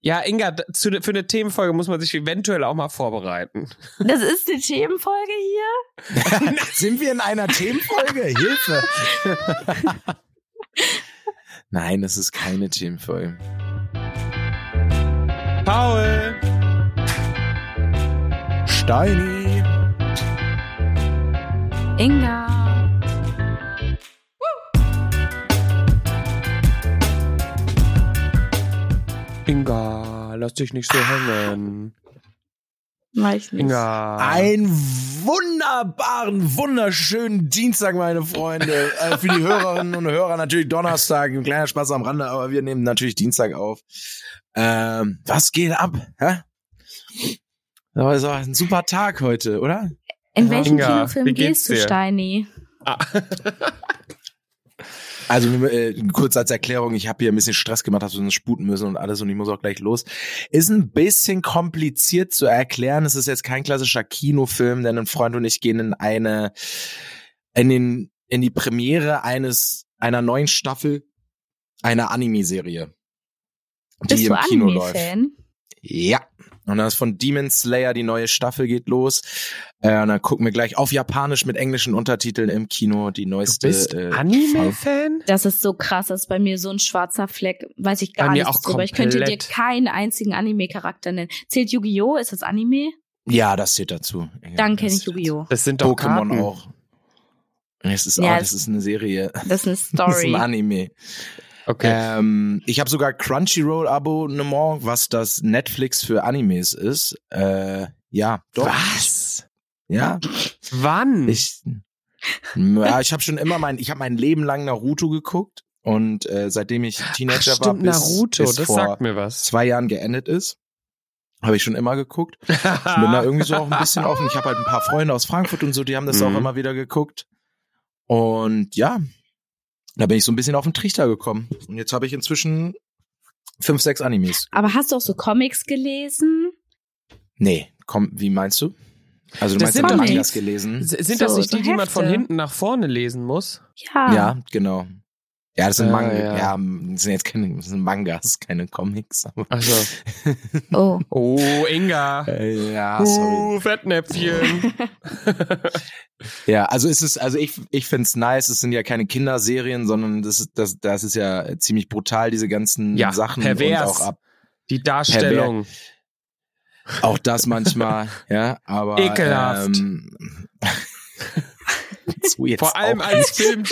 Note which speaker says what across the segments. Speaker 1: Ja, Inga, zu, für eine Themenfolge muss man sich eventuell auch mal vorbereiten.
Speaker 2: Das ist die Themenfolge hier?
Speaker 3: Sind wir in einer Themenfolge? Hilfe! Nein, das ist keine Themenfolge.
Speaker 1: Paul!
Speaker 3: Steini!
Speaker 2: Inga.
Speaker 1: Inga, lass dich nicht so hängen.
Speaker 2: Mach ich nicht.
Speaker 1: Inga.
Speaker 3: Einen wunderbaren, wunderschönen Dienstag, meine Freunde. Äh, für die Hörerinnen und Hörer natürlich Donnerstag. Ein kleiner Spaß am Rande, aber wir nehmen natürlich Dienstag auf. Ähm, was geht ab? Hä? Das war ein super Tag heute, oder?
Speaker 2: In welchen
Speaker 1: Inga, wie
Speaker 2: Kinofilm
Speaker 1: geht's
Speaker 2: gehst du,
Speaker 1: dir?
Speaker 2: Steini?
Speaker 3: Also äh, kurz als Erklärung, ich habe hier ein bisschen Stress gemacht, habe so sputen müssen und alles und ich muss auch gleich los. Ist ein bisschen kompliziert zu erklären. Es ist jetzt kein klassischer Kinofilm, denn ein Freund und ich gehen in eine in den in die Premiere eines einer neuen Staffel einer Anime-Serie, die
Speaker 2: Bist
Speaker 3: im
Speaker 2: du
Speaker 3: Kino läuft.
Speaker 2: Anime-Fan?
Speaker 3: Ja. Und das ist von Demon Slayer, die neue Staffel geht los. Äh, und dann gucken wir gleich auf Japanisch mit englischen Untertiteln im Kino die
Speaker 1: du
Speaker 3: neueste.
Speaker 1: bist
Speaker 3: äh,
Speaker 1: Anime-Fan?
Speaker 2: Das ist so krass, das ist bei mir so ein schwarzer Fleck, weiß ich gar
Speaker 1: Bei mir
Speaker 2: nichts
Speaker 1: auch
Speaker 2: drüber. Ich könnte dir
Speaker 1: komplett.
Speaker 2: keinen einzigen Anime-Charakter nennen. Zählt Yu-Gi-Oh! Ist das Anime?
Speaker 3: Ja, das zählt dazu. Ja,
Speaker 2: Dann kenne
Speaker 3: das
Speaker 2: ich Yu-Gi-Oh!
Speaker 1: Das sind doch
Speaker 3: Pokémon
Speaker 1: Karten.
Speaker 3: auch. Es ist,
Speaker 2: Ja,
Speaker 3: ah,
Speaker 2: es-
Speaker 3: das ist eine Serie.
Speaker 2: Das ist eine
Speaker 3: Das ist
Speaker 2: Story.
Speaker 3: ein Anime.
Speaker 1: Okay.
Speaker 3: Ähm, ich habe sogar Crunchyroll-Abonnement, was das Netflix für Animes ist. Äh, ja, doch.
Speaker 1: Was? Hm.
Speaker 3: Ja,
Speaker 1: Wann?
Speaker 3: ich, ja, ich habe schon immer mein, ich habe mein Leben lang Naruto geguckt und äh, seitdem ich
Speaker 1: Ach,
Speaker 3: Teenager war,
Speaker 1: stimmt,
Speaker 3: bis,
Speaker 1: Naruto,
Speaker 3: bis
Speaker 1: das
Speaker 3: vor
Speaker 1: sagt mir was.
Speaker 3: zwei Jahren geendet ist, habe ich schon immer geguckt. Ich
Speaker 1: Ah.
Speaker 3: bin da irgendwie so auch ein bisschen offen. Ich habe halt ein paar Freunde aus Frankfurt und so, die haben das
Speaker 1: Mhm.
Speaker 3: auch immer wieder geguckt. Und ja, da bin ich so ein bisschen auf den Trichter gekommen. Und jetzt habe ich inzwischen fünf, sechs Animes.
Speaker 2: Aber hast du auch so Comics gelesen?
Speaker 3: Nee, komm, wie meinst du? Also du
Speaker 1: Das
Speaker 3: meinst,
Speaker 1: sind
Speaker 3: ich hab
Speaker 2: doch die-
Speaker 3: Mangas gelesen?
Speaker 1: S- Sind
Speaker 2: So,
Speaker 1: das nicht
Speaker 2: so
Speaker 1: die, die man von
Speaker 2: Hefte.
Speaker 1: hinten nach vorne lesen muss?
Speaker 2: Ja.
Speaker 3: Ja, genau. Ja, das sind
Speaker 1: Ah,
Speaker 3: Mangas.
Speaker 1: ja.
Speaker 3: Ja. das sind jetzt keine das sind Mangas, keine Comics. Aber,
Speaker 1: Also.
Speaker 2: Oh.
Speaker 1: Oh, Inga.
Speaker 3: äh, ja, sorry.
Speaker 1: Uh, Fettnäpfchen.
Speaker 3: Ja, also ist es, also ich, ich find's nice, es sind ja keine Kinderserien, sondern das, ist- das, das ist ja ziemlich brutal, diese ganzen
Speaker 1: Ja,
Speaker 3: Sachen
Speaker 1: pervers.
Speaker 3: und auch ab.
Speaker 1: Die Darstellung.
Speaker 3: Auch das manchmal, ja, aber.
Speaker 1: Ekelhaft.
Speaker 3: Ähm, so jetzt
Speaker 1: Vor allem
Speaker 3: auch
Speaker 1: als
Speaker 3: nicht.
Speaker 1: Film.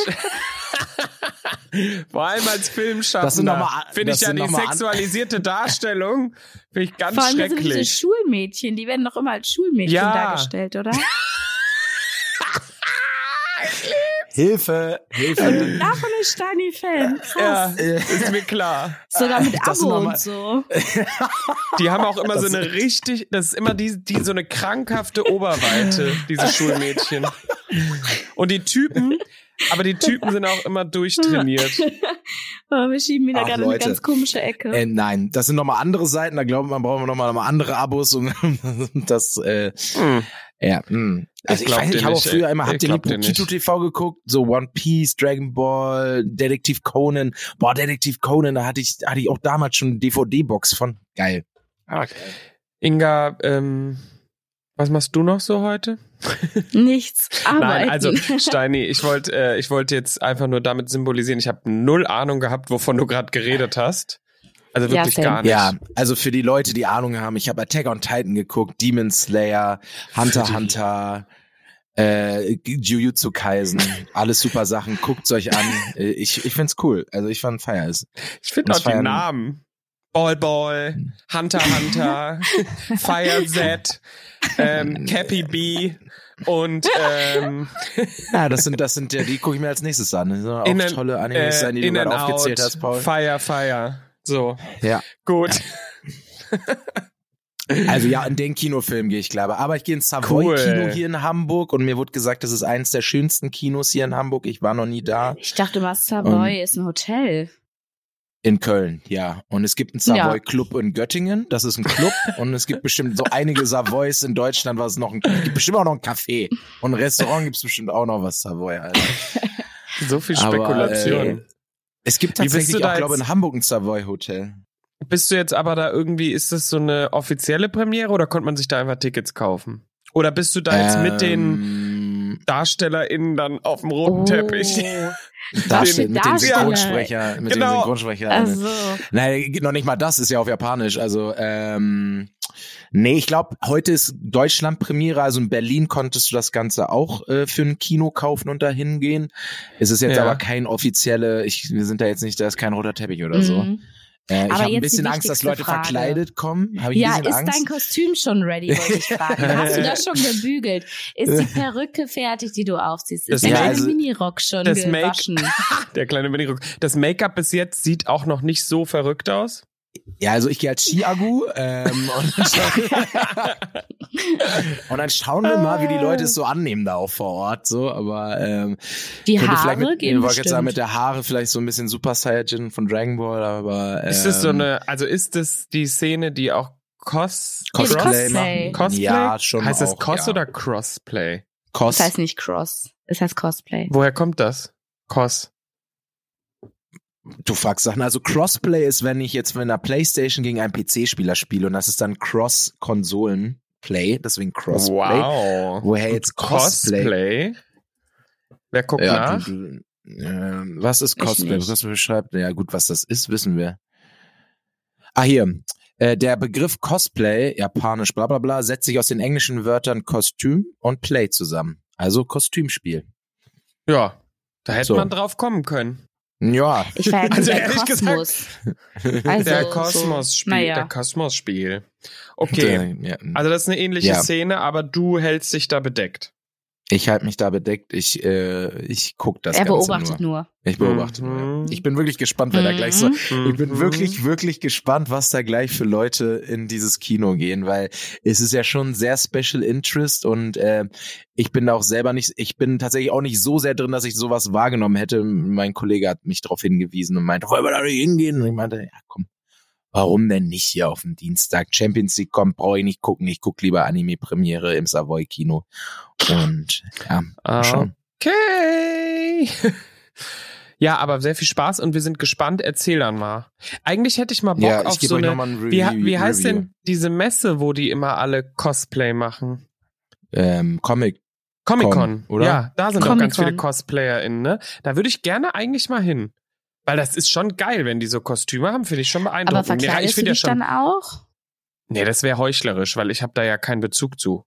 Speaker 1: Vor allem als
Speaker 3: Das sind noch
Speaker 1: Filmschaffender
Speaker 3: mal-
Speaker 1: finde ich
Speaker 3: das
Speaker 1: ja
Speaker 3: sind
Speaker 1: die
Speaker 3: noch mal an-
Speaker 1: sexualisierte Darstellung finde ich ganz
Speaker 2: Vor allem das sind diese
Speaker 1: schrecklich.
Speaker 2: Schulmädchen, die werden doch immer als Schulmädchen
Speaker 1: Ja.
Speaker 2: dargestellt, oder?
Speaker 3: Hilfe, Hilfe.
Speaker 2: Davon ist Steini Fan.
Speaker 1: Ja,
Speaker 2: Krass.
Speaker 1: ist mir klar.
Speaker 2: Sogar mit
Speaker 3: Das sind
Speaker 2: Abo
Speaker 3: noch mal-
Speaker 2: und so.
Speaker 1: Die haben auch immer so
Speaker 3: Das-
Speaker 1: eine richtig, das ist immer die, die so eine krankhafte Oberweite, diese Schulmädchen. Und die Typen, aber die Typen sind auch immer durchtrainiert.
Speaker 2: Aber Ah, wir schieben wieder
Speaker 3: Ach,
Speaker 2: gerade eine
Speaker 3: Leute.
Speaker 2: ganz komische Ecke.
Speaker 3: äh, nein, das sind nochmal andere Seiten, da glauben wir, brauchen wir nochmal noch mal andere Abos und das, äh,
Speaker 1: Hm.
Speaker 3: ja. Mh. Also ich,
Speaker 1: glaub
Speaker 3: weiß nicht,
Speaker 1: dir
Speaker 3: ich habe auch
Speaker 1: nicht,
Speaker 3: früher
Speaker 1: ey.
Speaker 3: immer,
Speaker 1: Ich
Speaker 3: habt ihr
Speaker 1: glaub
Speaker 3: lieb
Speaker 1: dir nicht.
Speaker 3: Kito TV geguckt? So One Piece, Dragon Ball, Detektiv Conan. Boah, Detektiv Conan, da hatte ich, hatte ich auch damals schon eine DVD-Box von. Geil. Okay.
Speaker 1: Inga, ähm, was machst du noch so heute?
Speaker 2: Nichts. Arbeiten.
Speaker 1: Nein, also Steini, ich wollte äh, ich wollte jetzt einfach nur damit symbolisieren, ich habe null Ahnung gehabt, wovon du gerade geredet hast. Also
Speaker 2: Ja,
Speaker 1: wirklich
Speaker 2: same.
Speaker 1: gar nicht.
Speaker 3: Ja, also für die Leute, die Ahnung haben, ich habe Attack on Titan geguckt, Demon Slayer, Hunter
Speaker 1: Für die-
Speaker 3: x Hunter, äh, Jujutsu Kaisen, alles super Sachen, guckt's euch an. Äh, Ich, ich find's cool. Also ich fand Feier ist.
Speaker 1: Ich finde auch
Speaker 3: Das war
Speaker 1: die
Speaker 3: ja ein-
Speaker 1: Namen. Ball Ball, Hunter Hunter, Fire Z, ähm, Cappy B und ähm,
Speaker 3: Ja, das sind, das sind ja, die gucke ich mir als nächstes an. Das sind auch
Speaker 1: In and-
Speaker 3: tolle Animes
Speaker 1: äh,
Speaker 3: sein, die du
Speaker 1: In
Speaker 3: gerade
Speaker 1: and
Speaker 3: aufgezählt
Speaker 1: Out,
Speaker 3: hast, Paul.
Speaker 1: Fire Fire. So,
Speaker 3: Ja.
Speaker 1: gut.
Speaker 3: Also ja, in den Kinofilm gehe ich, glaube Aber ich gehe ins Savoy-Kino
Speaker 1: Cool.
Speaker 3: hier in Hamburg und mir wurde gesagt, das ist eines der schönsten Kinos hier in Hamburg. Ich war noch nie da.
Speaker 2: ich dachte mal, Savoy
Speaker 3: Ähm,
Speaker 2: ist ein Hotel.
Speaker 3: In Köln, ja. Und es gibt einen
Speaker 2: Ja.
Speaker 3: Savoy-Club in Göttingen. Das ist ein Club. und es gibt bestimmt so einige Savoys in Deutschland, was noch ein, gibt bestimmt auch noch ein Café. Und ein Restaurant gibt es bestimmt auch noch was Savoy, Alter.
Speaker 1: So viel
Speaker 3: Aber,
Speaker 1: Spekulation.
Speaker 3: äh, Es gibt
Speaker 1: Wie bist du
Speaker 3: tatsächlich
Speaker 1: da
Speaker 3: auch, glaube
Speaker 1: jetzt-
Speaker 3: in Hamburg ein Savoy-Hotel.
Speaker 1: Bist du jetzt aber da irgendwie, ist das so eine offizielle Premiere oder konnte man sich da einfach Tickets kaufen? Oder bist du da jetzt mit den
Speaker 3: Ähm,
Speaker 1: DarstellerInnen dann auf dem roten
Speaker 2: Oh.
Speaker 1: Teppich?
Speaker 3: Da
Speaker 1: Den
Speaker 3: steht mit dem
Speaker 2: Darsteller.
Speaker 3: Synchronsprecher, mit
Speaker 1: Genau.
Speaker 3: dem Synchronsprecher.
Speaker 2: Also,
Speaker 3: Nein, noch nicht mal das, ist ja auf Japanisch. Also, ähm, nee, ich glaube, heute ist Deutschland Premiere, also in Berlin konntest du das Ganze auch äh, für ein Kino kaufen und da hingehen. Es ist jetzt
Speaker 1: Ja.
Speaker 3: aber kein offizielle, ich, wir sind da jetzt nicht, da ist kein roter Teppich oder so.
Speaker 2: mhm.
Speaker 3: Äh,
Speaker 2: Aber
Speaker 3: ich habe
Speaker 2: jetzt
Speaker 3: ein
Speaker 2: die
Speaker 3: bisschen Angst, dass
Speaker 2: wichtigste
Speaker 3: Leute
Speaker 2: Frage.
Speaker 3: verkleidet kommen. Habe ich
Speaker 2: Ja,
Speaker 3: ein bisschen
Speaker 2: ist
Speaker 3: Angst.
Speaker 2: dein Kostüm schon ready, wollte ich fragen. Hast du das schon gebügelt? Ist die Perücke fertig, die du aufziehst?
Speaker 1: Das
Speaker 2: Ist dein
Speaker 1: Make-
Speaker 2: also, Minirock schon
Speaker 1: das Make-
Speaker 2: gewaschen?
Speaker 1: Der kleine Mini Das Make-up bis jetzt sieht auch noch nicht so verrückt aus.
Speaker 3: Ja, also ich gehe als Chiagu ähm, und, dann schauen, und dann schauen wir mal, wie die Leute es so annehmen da auch vor Ort. So, aber ähm,
Speaker 2: Die
Speaker 3: könnte
Speaker 2: Haare
Speaker 3: vielleicht mit,
Speaker 2: gehen
Speaker 3: ich wollte jetzt
Speaker 2: bestimmt.
Speaker 3: sagen, mit der Haare vielleicht so ein bisschen Super Saiyajin von Dragon Ball, aber ähm,
Speaker 1: Ist das so eine, also ist das die Szene, die auch Cos
Speaker 3: Cosplay,
Speaker 2: Cosplay.
Speaker 3: machen?
Speaker 1: Cosplay?
Speaker 3: Ja, schon
Speaker 1: Heißt das
Speaker 3: auch,
Speaker 1: Cos
Speaker 3: ja.
Speaker 1: oder Crossplay?
Speaker 3: Cos?
Speaker 2: Das heißt nicht Cross. Es heißt Cosplay.
Speaker 1: Woher kommt das? Cos.
Speaker 3: Du fragst Sachen. Also Crossplay ist, wenn ich jetzt mit einer Playstation gegen einen PC-Spieler spiele und das ist dann Cross-Konsolen-Play, deswegen Crossplay.
Speaker 1: Wow.
Speaker 3: Woher
Speaker 1: Und
Speaker 3: jetzt Cosplay?
Speaker 1: Cosplay? Wer guckt
Speaker 3: Ja,
Speaker 1: nach?
Speaker 3: du, du, ähm, was ist
Speaker 2: Ich
Speaker 3: Cosplay?
Speaker 2: nicht.
Speaker 3: Was das beschreibt? Ja, gut, was das ist, wissen wir. Ah, hier. Äh, der Begriff Cosplay, japanisch bla bla bla, setzt sich aus den englischen Wörtern Kostüm und Play zusammen. Also Kostümspiel.
Speaker 1: Ja, da hätte
Speaker 3: So.
Speaker 1: man drauf kommen können.
Speaker 3: Ja.
Speaker 2: Ich war ja
Speaker 1: Also
Speaker 2: der
Speaker 1: ehrlich
Speaker 2: Kosmos. Also,
Speaker 1: der
Speaker 2: so-
Speaker 1: Kosmos-Spiel.
Speaker 2: naja.
Speaker 1: Der Kosmos-Spiel. Okay.
Speaker 3: äh, Ja.
Speaker 1: Also das ist eine ähnliche
Speaker 3: Ja.
Speaker 1: Szene, aber du hältst dich da bedeckt.
Speaker 3: Ich halte mich da bedeckt. Ich, äh, ich guck das
Speaker 2: er
Speaker 3: Ganze
Speaker 2: beobachtet
Speaker 3: nur.
Speaker 2: nur. Mhm.
Speaker 3: Ich beobachte
Speaker 1: Mhm.
Speaker 3: nur. Ja. Ich bin wirklich gespannt, wer da gleich so Ich bin wirklich, wirklich gespannt, was da gleich für Leute in dieses Kino gehen, weil es ist ja schon sehr Special Interest und äh, ich bin da auch selber nicht, ich bin tatsächlich auch nicht so sehr drin, dass ich sowas wahrgenommen hätte. Mein Kollege hat mich darauf hingewiesen und meinte, wollen wir da nicht hingehen? Und ich meinte, ja komm, warum denn nicht hier auf dem Dienstag? Champions League kommt, brauche ich nicht gucken, ich gucke lieber Anime-Premiere im Savoy-Kino. Und ja,
Speaker 1: Ah,
Speaker 3: mal schauen.
Speaker 1: Okay. Ja, aber sehr viel Spaß und wir sind gespannt. Erzähl dann mal. Eigentlich hätte ich mal Bock
Speaker 3: Ja, ich
Speaker 1: auf
Speaker 3: gebe
Speaker 1: so
Speaker 3: euch
Speaker 1: eine.
Speaker 3: nochmal ein Review.
Speaker 1: Wie, wie heißt
Speaker 3: Review.
Speaker 1: denn diese Messe, wo die immer alle Cosplay machen?
Speaker 3: Ähm, Comic
Speaker 1: Comic-Con,
Speaker 3: Con, oder?
Speaker 1: Ja, da sind doch ganz
Speaker 2: Comic-Con.
Speaker 1: viele CosplayerInnen, ne? Da würde ich gerne eigentlich mal hin. Weil das ist schon geil, wenn die so Kostüme haben, finde ich schon beeindruckend.
Speaker 2: Aber
Speaker 1: ja,
Speaker 2: verkleidest
Speaker 1: ich
Speaker 2: du
Speaker 1: finde ja
Speaker 2: dich
Speaker 1: schon.
Speaker 2: dann auch?
Speaker 1: Nee, das wäre heuchlerisch, weil ich habe da ja keinen Bezug zu.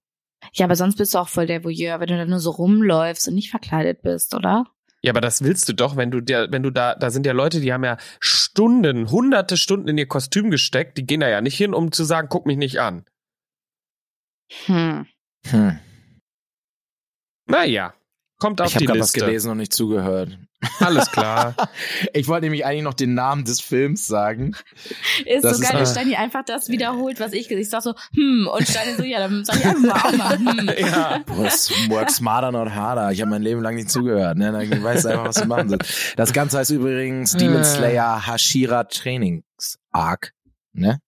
Speaker 2: Ja, aber sonst bist du auch voll der Voyeur, wenn du da nur so rumläufst und nicht verkleidet bist, oder?
Speaker 1: Ja, aber das willst du doch, wenn du dir, wenn du da, da sind ja Leute, die haben ja Stunden, hunderte Stunden in ihr Kostüm gesteckt, die gehen da ja nicht hin, um zu sagen, guck mich nicht an.
Speaker 2: Hm.
Speaker 3: Hm.
Speaker 1: Naja, kommt auf
Speaker 3: Ich habe
Speaker 1: die
Speaker 3: gerade was
Speaker 1: Liste.
Speaker 3: gelesen und nicht zugehört.
Speaker 1: Alles klar.
Speaker 3: Ich wollte nämlich eigentlich noch den Namen des Films sagen.
Speaker 2: Ist
Speaker 3: Das
Speaker 2: so
Speaker 3: ist-
Speaker 2: geil, dass
Speaker 1: Ah.
Speaker 2: Steini einfach das wiederholt, was ich gesagt habe. Ich sag so, hm, und Steini so, ja, dann sag ich einfach mal auch mal, hm.
Speaker 1: ja.
Speaker 3: Boah, es Work smarter, not harder. Ich habe mein Leben lang nicht zugehört. Ne? Dann weißt du einfach, was du machen sollst. Das Ganze heißt übrigens Demon Slayer Hashira Trainings Arc. Ne?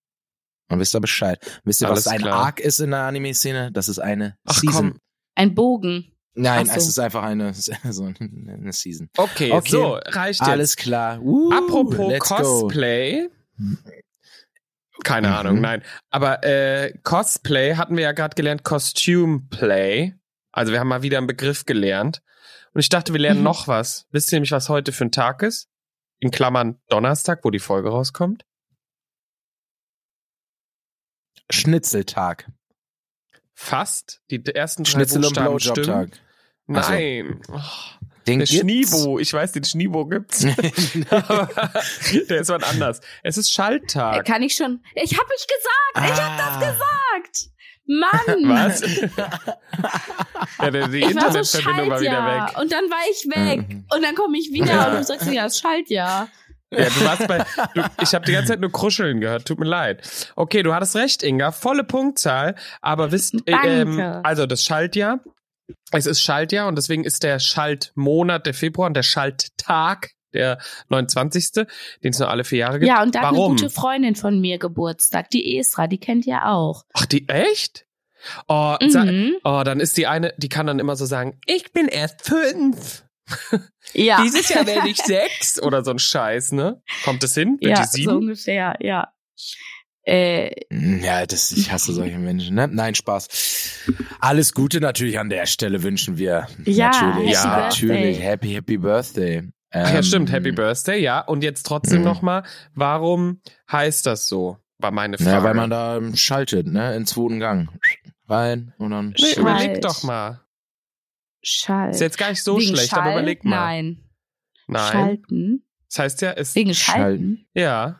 Speaker 3: Und wisst ihr Bescheid. Wisst ihr, was
Speaker 1: Alles
Speaker 3: ein
Speaker 1: klar.
Speaker 3: Arc ist in der Anime-Szene? Das ist eine
Speaker 1: Ach
Speaker 3: Season.
Speaker 1: komm.
Speaker 2: Ein Bogen.
Speaker 3: Nein,
Speaker 2: Ach so.
Speaker 3: es ist einfach eine, so eine Season.
Speaker 1: Okay,
Speaker 3: Okay.
Speaker 1: so, reicht jetzt.
Speaker 3: Alles klar. Uh,
Speaker 1: Apropos
Speaker 3: let's go.
Speaker 1: Cosplay. Keine
Speaker 3: Mhm.
Speaker 1: Ahnung, nein. Aber äh, Cosplay hatten wir ja gerade gelernt, Costume Play. Also wir haben mal wieder einen Begriff gelernt. Und ich dachte, wir lernen
Speaker 2: Mhm.
Speaker 1: noch was. Wisst ihr nämlich, was heute für ein Tag ist? In Klammern Donnerstag, wo die Folge rauskommt.
Speaker 3: Schnitzeltag.
Speaker 1: Fast. Die ersten drei
Speaker 3: Schnitzel- und
Speaker 1: Buchstaben stimmen.
Speaker 3: Blowjob-Tag. Ach so.
Speaker 1: Nein. Oh,
Speaker 3: Den
Speaker 1: der
Speaker 3: gibt's.
Speaker 1: Schniebo. Ich weiß, den Schniebo gibt's. Aber der ist was anders. Es ist
Speaker 2: Äh,
Speaker 1: Schalttag.
Speaker 2: Kann ich schon. Ich hab mich Ich hab
Speaker 3: das gesagt.
Speaker 2: gesagt. Mann.
Speaker 1: Was? ja, der, die
Speaker 2: Ich war so
Speaker 1: Internetverbindung war wieder
Speaker 2: Schaltjahr.
Speaker 1: weg.
Speaker 2: Und dann war ich weg.
Speaker 3: Mhm.
Speaker 2: Und dann komme ich wieder
Speaker 1: Ja.
Speaker 2: und du sagst, ja, es schallt ja.
Speaker 1: Ja, du warst bei. Du, ich habe die ganze Zeit nur Kruscheln gehört. Tut mir leid. Okay, du hattest recht, Inga. Volle Punktzahl. Aber wisst, äh, ähm,
Speaker 2: Danke.
Speaker 1: also das Schaltjahr. Es ist Schaltjahr und deswegen ist der Schaltmonat der Februar und der Schalttag der 29. Den es nur alle vier Jahre gibt.
Speaker 2: Ja, und da hat eine
Speaker 1: Warum?
Speaker 2: gute Freundin von mir Geburtstag, die Esra, die kennt ihr auch.
Speaker 1: Ach, die echt? Oh, sa-
Speaker 2: Mhm.
Speaker 1: oh, dann ist die eine, die kann dann immer so sagen, ich bin erst fünf.
Speaker 2: Ja.
Speaker 1: Dieses Jahr werde ich sechs oder so ein Scheiß, ne? Kommt es hin? Wird
Speaker 2: ja,
Speaker 1: die sieben?
Speaker 2: so ungefähr, ja. Äh,
Speaker 3: Hm, Ja, das, ich hasse solche Menschen, ne? Nein, Spaß. Alles Gute natürlich an der Stelle wünschen wir.
Speaker 2: Ja,
Speaker 3: natürlich.
Speaker 2: happy
Speaker 3: ja,
Speaker 2: birthday.
Speaker 3: natürlich. Happy, happy birthday.
Speaker 1: Ach ja,
Speaker 3: Ähm,
Speaker 1: stimmt, Happy Birthday, ja. Und jetzt trotzdem
Speaker 3: Mhm.
Speaker 1: nochmal, warum heißt das so? War meine Frage.
Speaker 3: Na, weil man da ähm, schaltet, ne? In zweiten Gang. Rein und dann.
Speaker 1: nee,
Speaker 2: Schalt.
Speaker 1: überleg doch mal.
Speaker 2: Schall.
Speaker 1: Ist jetzt gar nicht so
Speaker 2: Wegen
Speaker 1: schlecht,
Speaker 2: Schall?
Speaker 1: aber überleg mal.
Speaker 2: Nein.
Speaker 1: Nein.
Speaker 2: Schalten.
Speaker 1: Das heißt ja, es,
Speaker 2: Wegen
Speaker 3: Schalten.
Speaker 2: Schalten.
Speaker 1: ja.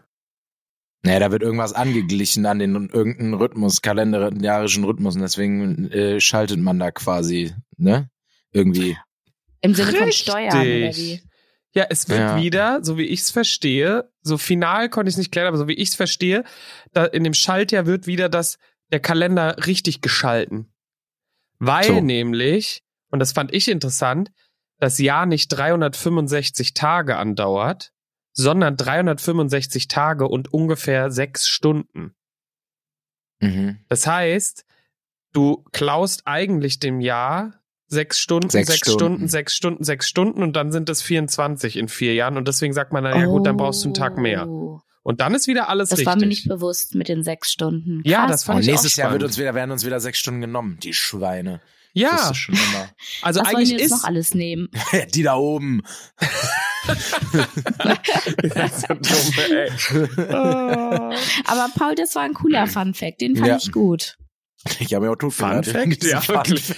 Speaker 3: Naja, da wird irgendwas angeglichen an den irgendeinen Rhythmus, kalendarischen Rhythmus. Und deswegen äh, schaltet man da quasi, ne? Irgendwie.
Speaker 2: Im Sinne von
Speaker 1: Richtig.
Speaker 2: Steuern oder wie?
Speaker 1: Ja, es wird
Speaker 3: Ja.
Speaker 1: wieder, so wie ich es verstehe, so final konnte ich es nicht klären, aber so wie ich es verstehe, da in dem Schaltjahr wird wieder das, der Kalender richtig geschalten. Weil
Speaker 3: So.
Speaker 1: nämlich, und das fand ich interessant, das Jahr nicht 365 Tage andauert, sondern 365 Tage und ungefähr sechs Stunden.
Speaker 3: Mhm.
Speaker 1: Das heißt, du klaust eigentlich dem Jahr sechs Stunden, sechs,
Speaker 3: Sechs
Speaker 1: Stunden.
Speaker 3: Stunden,
Speaker 1: sechs Stunden, sechs Stunden und dann sind es 24 in vier Jahren und deswegen sagt man, na ja gut, dann brauchst du einen Tag mehr.
Speaker 2: Oh.
Speaker 1: Und dann ist wieder alles
Speaker 2: Das
Speaker 1: richtig.
Speaker 2: war mir nicht bewusst mit den sechs Stunden.
Speaker 1: Ja,
Speaker 2: Krass.
Speaker 1: das fand
Speaker 3: Und
Speaker 1: ich auch
Speaker 3: Oh, nächstes Jahr
Speaker 1: spannend.
Speaker 3: wird uns wieder, werden uns wieder sechs Stunden genommen, die Schweine. Das
Speaker 1: ja,
Speaker 3: ist schon immer.
Speaker 1: also
Speaker 2: Was
Speaker 1: eigentlich
Speaker 2: sollen wir jetzt
Speaker 1: ist
Speaker 2: noch alles nehmen?
Speaker 3: die da oben.
Speaker 1: das ist so dumm, ey. Ah.
Speaker 2: Aber Paul, das war ein cooler Fun Fact, den fand
Speaker 3: Ja.
Speaker 2: ich gut.
Speaker 3: Ich habe ja auch tot
Speaker 1: Fun Fact, ja, wirklich.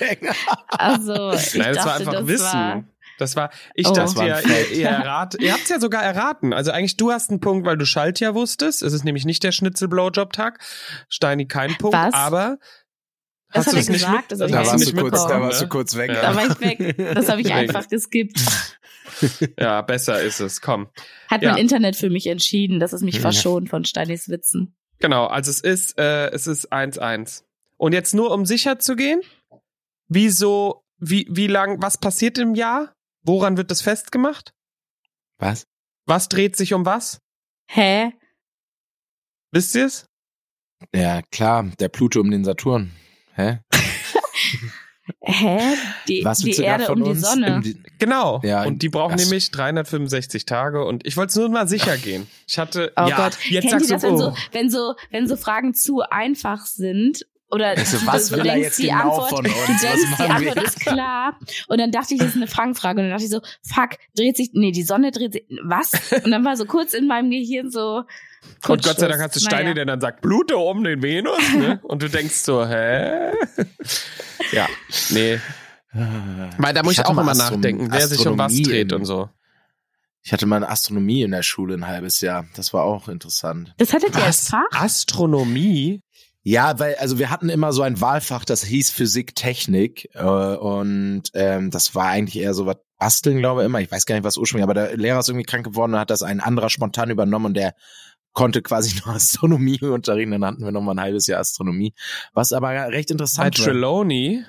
Speaker 2: Also, ich
Speaker 1: Nein,
Speaker 2: dachte,
Speaker 1: das war einfach
Speaker 2: das
Speaker 1: Wissen.
Speaker 2: war
Speaker 1: das war, ich
Speaker 2: Oh.
Speaker 1: dachte
Speaker 3: Das war ein
Speaker 1: ja, ihr,
Speaker 3: Fact.
Speaker 1: ihr, errat, ihr habt es ja sogar erraten. Also eigentlich, du hast einen Punkt, weil du Schaltjahr wusstest. Es ist nämlich nicht der Schnitzel-Blowjob-Tag. Steini kein Punkt,
Speaker 2: Was?
Speaker 1: aber hast
Speaker 2: Das hat
Speaker 1: du
Speaker 2: er
Speaker 1: es nicht mit,
Speaker 2: gesagt, das hab Also, ich
Speaker 3: Da
Speaker 1: hast
Speaker 2: Ja,
Speaker 3: warst
Speaker 1: du's
Speaker 3: du
Speaker 1: nicht
Speaker 3: kurz, da
Speaker 1: mitbekommen,
Speaker 3: warst du
Speaker 1: ne?
Speaker 3: kurz weg.
Speaker 1: Ja.
Speaker 2: Da war ich weg. Das habe ich
Speaker 1: Weg.
Speaker 2: einfach geskippt.
Speaker 1: Ja, besser ist es. Komm.
Speaker 2: Hat
Speaker 1: Ja.
Speaker 2: mein Internet für mich entschieden, dass es mich
Speaker 3: Ja.
Speaker 2: verschont von Steinis Witzen.
Speaker 1: Genau, also es ist, äh, es ist 1-1. Und jetzt nur um sicher zu gehen, wieso, wie, wie lang, was passiert im Jahr? Woran wird das festgemacht?
Speaker 3: Was?
Speaker 1: Was dreht sich um was?
Speaker 2: Hä?
Speaker 1: Wisst ihr es?
Speaker 3: Ja, klar, der Pluto um den Saturn. Hä?
Speaker 2: Hä? Die,
Speaker 3: Was willst
Speaker 2: die
Speaker 3: du grad
Speaker 2: Erde
Speaker 3: von
Speaker 2: um die
Speaker 3: uns?
Speaker 2: Sonne.
Speaker 3: Im Di-
Speaker 1: Genau.
Speaker 3: Ja,
Speaker 1: und die brauchen
Speaker 3: das-
Speaker 1: nämlich 365 Tage und ich wollte es nur mal sicher gehen. Ich hatte,
Speaker 2: Oh
Speaker 1: ja,
Speaker 2: Gott,
Speaker 1: jetzt
Speaker 2: kennt ihr
Speaker 1: sagst
Speaker 2: das,
Speaker 1: du,
Speaker 2: wenn,
Speaker 1: oh,
Speaker 2: so, wenn, so, wenn so Fragen zu einfach sind? Oder
Speaker 3: Also,
Speaker 2: du-
Speaker 3: was
Speaker 2: du
Speaker 3: will er
Speaker 2: denkst,
Speaker 3: jetzt
Speaker 2: die
Speaker 3: genau
Speaker 2: Antwort,
Speaker 3: von
Speaker 2: Du
Speaker 3: uns? Was
Speaker 2: denkst, die
Speaker 3: machen
Speaker 2: Antwort
Speaker 3: wir?
Speaker 2: ist klar. Und dann dachte ich, das ist eine Fangfrage. Und dann dachte ich so, fuck, dreht sich, nee, die Sonne dreht sich, was? Und dann war so kurz in meinem Gehirn so.
Speaker 1: und Gott sei
Speaker 2: Kurzschluss.
Speaker 1: Dank hast du
Speaker 2: Naja.
Speaker 1: Steine, der dann sagt, Pluto um den Venus, ne? Und du denkst so, hä? ja, nee. Weil da muss ich,
Speaker 3: hatte
Speaker 1: auch
Speaker 3: mal
Speaker 1: immer
Speaker 3: Astro-
Speaker 1: nachdenken, wer sich um was
Speaker 3: Astronomie
Speaker 1: dreht
Speaker 3: in-
Speaker 1: und so.
Speaker 3: Ich hatte mal Astronomie in der Schule ein halbes Jahr. Das war auch interessant.
Speaker 2: Das hattet ihr als Fach?
Speaker 1: Astronomie?
Speaker 3: Ja, weil, also wir hatten immer so ein Wahlfach, das hieß Physik, Technik. Äh, und ähm, das war eigentlich eher so was basteln, glaube ich, immer. Ich weiß gar nicht, was ursprünglich, aber der Lehrer ist irgendwie krank geworden und hat das ein anderer spontan übernommen und der konnte quasi noch Astronomie unterrichten. Dann hatten wir noch mal ein halbes Jahr Astronomie. Was aber recht
Speaker 1: Bei
Speaker 3: interessant war.
Speaker 1: Trelawney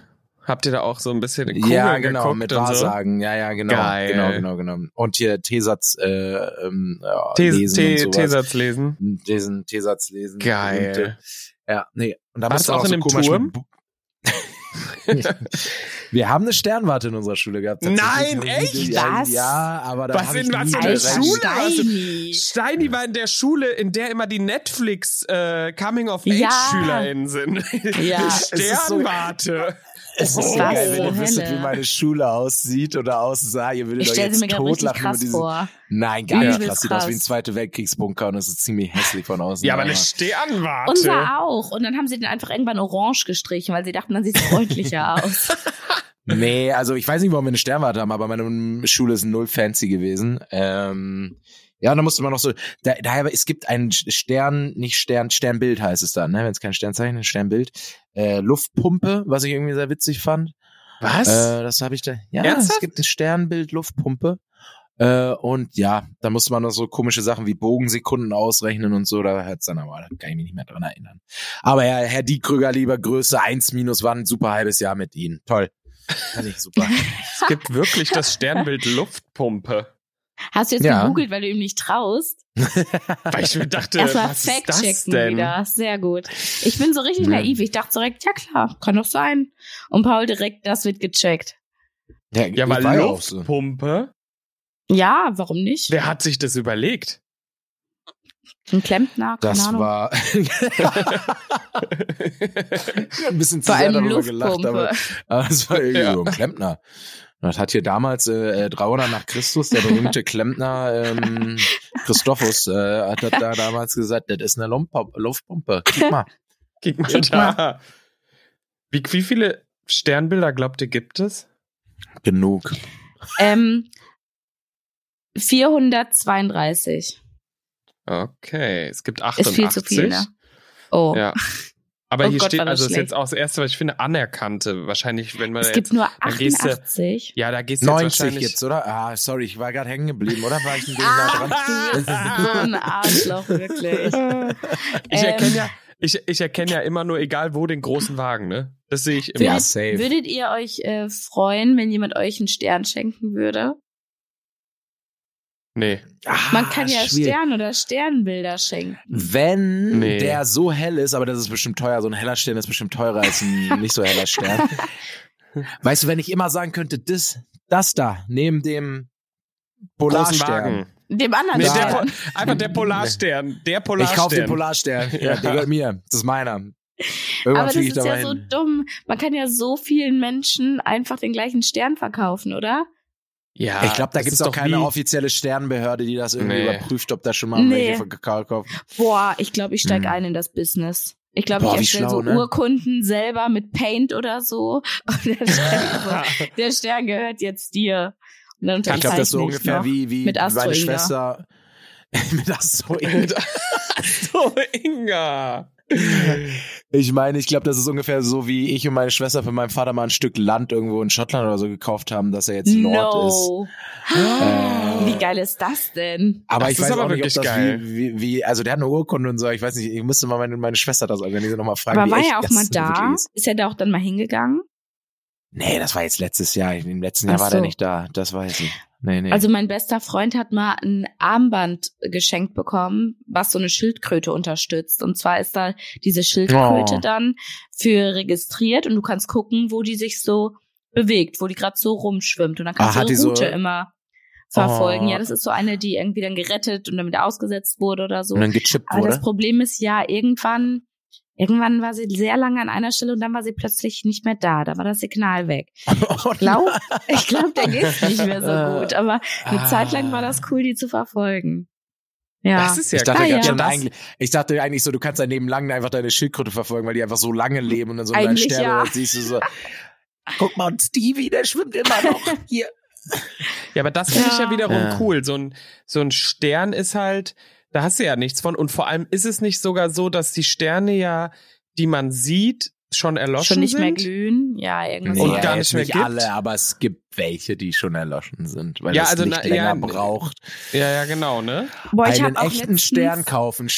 Speaker 1: habt ihr da auch so ein bisschen in Kugeln
Speaker 3: Ja, genau,
Speaker 1: geguckt
Speaker 3: mit
Speaker 1: und
Speaker 3: Wahrsagen. Ja, ja, genau.
Speaker 1: Geil.
Speaker 3: Genau, genau, genau. Und hier T-Satz äh, ähm, ja,
Speaker 1: So. These,
Speaker 3: lesen
Speaker 1: T
Speaker 3: und sowas.
Speaker 1: T-Satz lesen.
Speaker 3: Diesen T-Satz lesen.
Speaker 1: Geil.
Speaker 3: Ja, nee. Und da
Speaker 1: War
Speaker 3: warst du
Speaker 1: das auch
Speaker 3: auch
Speaker 1: in
Speaker 3: so
Speaker 1: einem
Speaker 3: komisch
Speaker 1: Turm?
Speaker 3: mit- Wir haben eine Sternwarte in unserer Schule gehabt. tatsächlich.
Speaker 1: Nein, echt?
Speaker 3: Ja,
Speaker 2: Was?
Speaker 3: Ja, aber da
Speaker 1: Was
Speaker 3: hab
Speaker 1: in-
Speaker 3: ich
Speaker 1: was
Speaker 3: nie
Speaker 1: in der
Speaker 3: rein-
Speaker 2: Alter,
Speaker 1: Schule? hast du-
Speaker 2: Steini.
Speaker 1: Steini war in der Schule, in der immer die Netflix äh, Coming-of-Age-SchülerInnen sind.
Speaker 2: Ja.
Speaker 3: Es ist so-
Speaker 1: Sternwarte.
Speaker 3: Es ist so
Speaker 2: Was
Speaker 3: geil, wenn
Speaker 2: zur
Speaker 3: ihr wüsstet,
Speaker 2: Hölle?
Speaker 3: wie meine Schule aussieht oder aussah. Ihr würdet
Speaker 2: Ich
Speaker 3: euch
Speaker 2: stelle sie
Speaker 3: jetzt
Speaker 2: mir gerade richtig
Speaker 3: totlachen über
Speaker 2: krass
Speaker 3: diesen
Speaker 2: vor.
Speaker 3: Nein, gar nicht
Speaker 2: Übelst
Speaker 3: krass. Sieht aus wie ein
Speaker 2: krass.
Speaker 3: Zweiter Weltkriegsbunker und es ist ziemlich hässlich von außen.
Speaker 1: Ja, aber eine Sternwarte.
Speaker 2: Unser auch. Und dann haben sie den einfach irgendwann orange gestrichen, weil sie dachten, dann sieht es freundlicher aus.
Speaker 3: Nee, also ich weiß nicht, warum wir eine Sternwarte haben, aber meine Schule ist null fancy gewesen. Ähm, ja, und da musste man noch so, da, daher, es gibt einen Stern, nicht Stern, Sternbild heißt es dann, ne? wenn es kein Sternzeichen ist, Sternbild. Äh, Luftpumpe, was ich irgendwie sehr witzig fand.
Speaker 1: Was?
Speaker 3: Äh, das habe ich da. Ja,
Speaker 1: Ernsthaft?
Speaker 3: es gibt ein Sternbild, Luftpumpe. Äh, und ja, da musste man noch so komische Sachen wie Bogensekunden ausrechnen und so. Da hört's dann aber, da kann ich mich nicht mehr dran erinnern. Aber ja, Herr Diekrüger, lieber Größe 1 minus, war ein super halbes Jahr mit Ihnen. Toll. Fand ich super.
Speaker 1: es gibt wirklich das Sternbild Luftpumpe.
Speaker 2: Hast du jetzt
Speaker 3: Ja.
Speaker 2: gegoogelt, weil du ihm nicht traust?
Speaker 1: Weil ich mir dachte,
Speaker 2: Erstmal
Speaker 1: was ist das
Speaker 2: Fact-checken
Speaker 1: denn?
Speaker 2: wieder. Sehr gut. Ich bin so richtig
Speaker 3: Ja.
Speaker 2: naiv. Ich dachte direkt, ja klar, kann doch sein. Und Paul direkt, das wird gecheckt.
Speaker 1: Ja,
Speaker 3: war
Speaker 1: weil
Speaker 3: ja auch so.
Speaker 1: Luftpumpe,
Speaker 2: Ja, warum nicht?
Speaker 1: wer hat sich das überlegt?
Speaker 2: Ein Klempner, keine
Speaker 3: Das
Speaker 2: Ahnung.
Speaker 3: war ein bisschen zu
Speaker 2: Vor
Speaker 3: sehr
Speaker 2: allem
Speaker 3: darüber gelacht, aber,
Speaker 2: Luftpumpe.
Speaker 3: aber das war irgendwie
Speaker 1: Ja.
Speaker 3: so ein Klempner. Das hat hier damals äh, äh, 300 nach Christus der berühmte Klempner ähm, Christophus äh, hat das da damals gesagt, das ist eine Lump- Luftpumpe. Guck mal.
Speaker 1: Guck mal
Speaker 2: Guck
Speaker 1: da. Wie, wie viele Sternbilder glaubt ihr gibt es?
Speaker 3: Genug.
Speaker 2: Ähm, 432.
Speaker 1: Okay, es gibt 88.
Speaker 2: Ist viel zu viel, ne? Oh.
Speaker 1: Ja. Aber
Speaker 2: Oh
Speaker 1: hier
Speaker 2: Gott,
Speaker 1: steht,
Speaker 2: war das
Speaker 1: also ist
Speaker 2: schlecht.
Speaker 1: jetzt auch das erste, was ich finde, anerkannte. Wahrscheinlich, wenn man
Speaker 2: Es
Speaker 1: da
Speaker 2: gibt
Speaker 1: jetzt,
Speaker 2: nur
Speaker 1: dann gehst du-
Speaker 2: 88.
Speaker 1: ja, da gehst du jetzt
Speaker 3: 90
Speaker 1: wahrscheinlich.
Speaker 3: jetzt, oder? Ah, sorry, ich war gerade hängen geblieben, oder? War ich ein bisschen nah dran?
Speaker 2: So ein Arschloch, wirklich.
Speaker 1: Ich
Speaker 2: Ähm.
Speaker 1: erkenne ja, ich, ich erkenne ja immer nur, egal wo, den großen Wagen, ne? Das sehe ich immer.
Speaker 3: Ja,
Speaker 2: Ähm, Würdet,
Speaker 3: safe.
Speaker 2: würdet ihr euch äh, freuen, wenn jemand euch einen Stern schenken würde?
Speaker 1: Nee.
Speaker 3: Ah,
Speaker 2: Man kann ja
Speaker 3: schwierig. Hm.
Speaker 2: Stern oder Sternbilder schenken.
Speaker 3: Wenn
Speaker 1: Nee.
Speaker 3: der so hell ist, aber das ist bestimmt teuer. So ein heller Stern ist bestimmt teurer als ein nicht so heller Stern. weißt du, wenn ich immer sagen könnte, das, das da, neben dem
Speaker 1: Großen
Speaker 3: Polarstern.
Speaker 1: Wagen.
Speaker 2: Dem anderen
Speaker 1: Nee, der,
Speaker 2: Stern.
Speaker 1: Pol- einfach der Polarstern. Der
Speaker 3: Ich
Speaker 1: Polarstern.
Speaker 3: kaufe den Polarstern. Ja,
Speaker 1: Ja.
Speaker 3: der gehört mir. Das ist meiner.
Speaker 2: Aber
Speaker 3: Irgendwann
Speaker 2: das
Speaker 3: fliege ich
Speaker 2: ist ja
Speaker 3: dabei
Speaker 2: so
Speaker 3: hin.
Speaker 2: dumm. Man kann ja so vielen Menschen einfach den gleichen Stern verkaufen, oder?
Speaker 1: Ja,
Speaker 3: ich glaube, da
Speaker 1: das
Speaker 3: gibt es
Speaker 1: ist
Speaker 3: auch
Speaker 1: doch
Speaker 3: keine
Speaker 1: wie-
Speaker 3: offizielle Sternbehörde, die das irgendwie
Speaker 1: Nee.
Speaker 3: überprüft, ob da schon mal
Speaker 2: Nee.
Speaker 3: welche von Kakao kaufen.
Speaker 2: Boah, ich glaube, ich steige
Speaker 3: Hm.
Speaker 2: ein in das Business. Ich glaube,
Speaker 3: Boah,
Speaker 2: ich
Speaker 3: wie
Speaker 2: erstelle
Speaker 3: schlau,
Speaker 2: so
Speaker 3: ne?
Speaker 2: Urkunden selber mit Paint oder so. Und der Stern, so, der Stern gehört jetzt dir. Und dann
Speaker 1: Ja,
Speaker 3: Ich glaube, das ist so
Speaker 2: unterzeichne ich
Speaker 3: ungefähr
Speaker 2: noch.
Speaker 3: wie, wie
Speaker 2: Mit Astro
Speaker 3: meine
Speaker 2: Inga.
Speaker 3: Schwester. mit Astro Inga.
Speaker 1: so,
Speaker 2: Ah,
Speaker 1: Inga.
Speaker 3: Ich meine, ich glaube, das ist ungefähr so, wie ich und meine Schwester von meinem Vater mal ein Stück Land irgendwo in Schottland oder so gekauft haben, dass er jetzt Lord ist.
Speaker 2: No.
Speaker 3: Äh.
Speaker 2: Wie geil ist das denn?
Speaker 3: Aber
Speaker 1: Das
Speaker 3: ich
Speaker 1: ist
Speaker 3: weiß
Speaker 1: aber
Speaker 3: auch nicht, ob
Speaker 1: wirklich
Speaker 3: das
Speaker 1: geil.
Speaker 3: wie, wie, wie, also der hat eine Urkunde und so, ich weiß nicht, ich müsste mal meine, meine Schwester das organisieren, nochmal fragen.
Speaker 2: Aber
Speaker 3: wie
Speaker 2: war
Speaker 3: echt
Speaker 2: er auch
Speaker 3: das
Speaker 2: mal da?
Speaker 3: wirklich Ist.
Speaker 2: Ist er da auch dann mal hingegangen?
Speaker 3: Nee, das war jetzt letztes Jahr, im letzten Jahr
Speaker 2: Ach
Speaker 3: war der
Speaker 2: so.
Speaker 3: nicht da, das weiß ich. Nee, nee.
Speaker 2: Also mein bester Freund hat mal ein Armband geschenkt bekommen, was so eine Schildkröte unterstützt. Und zwar ist da diese Schildkröte
Speaker 3: Oh.
Speaker 2: dann für registriert und du kannst gucken, wo die sich so bewegt, wo die gerade so rumschwimmt. Und dann kannst
Speaker 3: Ah,
Speaker 2: du
Speaker 3: hat
Speaker 2: die
Speaker 3: die so-
Speaker 2: Route immer verfolgen.
Speaker 3: Oh.
Speaker 2: Ja, das ist so eine, die irgendwie dann gerettet und dann wieder ausgesetzt wurde oder so.
Speaker 3: und dann gechippt
Speaker 2: Aber das
Speaker 3: wurde.
Speaker 2: Problem ist ja, irgendwann, irgendwann war sie sehr lange an einer Stelle und dann war sie plötzlich nicht mehr da. Da war das Signal weg.
Speaker 3: Oh,
Speaker 2: Glaub, ich glaube, der geht's nicht mehr so
Speaker 3: Äh,
Speaker 2: gut. Aber eine
Speaker 3: ah.
Speaker 2: Zeit lang war das cool, die zu verfolgen. Ja.
Speaker 1: Das ist ja
Speaker 3: Ich dachte,
Speaker 2: Ah,
Speaker 1: geil.
Speaker 2: ja.
Speaker 3: grad schon
Speaker 1: das-
Speaker 3: eigentlich, ich dachte eigentlich so, du kannst dein Leben lang einfach deine Schildkröte verfolgen, weil die einfach so lange leben und dann so in deinem
Speaker 2: Eigentlich
Speaker 3: Stern
Speaker 2: ja.
Speaker 3: und dann siehst du so, guck mal, und Stevie, der schwimmt immer noch hier.
Speaker 1: Ja, aber das finde ich ja
Speaker 2: Ja.
Speaker 1: wiederum
Speaker 3: Ja.
Speaker 1: cool. So ein, so ein Stern ist halt, da hast du ja nichts von. Und vor allem ist es nicht sogar so, dass die Sterne ja, die man sieht, schon erloschen
Speaker 2: schon nicht
Speaker 1: sind.
Speaker 2: mehr glühen. Ja, irgendwas.
Speaker 1: Nee,
Speaker 2: war
Speaker 1: gar
Speaker 2: da.
Speaker 1: nicht
Speaker 3: jetzt
Speaker 1: mehr gibt?
Speaker 3: alle, aber es gibt welche, die schon erloschen sind, weil
Speaker 1: Ja,
Speaker 3: das
Speaker 1: also
Speaker 3: Licht
Speaker 1: na-
Speaker 3: länger
Speaker 1: ja,
Speaker 3: braucht.
Speaker 1: Ja, ja, genau, ne?
Speaker 2: Boah, ich
Speaker 3: Einen
Speaker 2: hab auch
Speaker 3: echten
Speaker 2: letztens-
Speaker 3: Stern kaufen,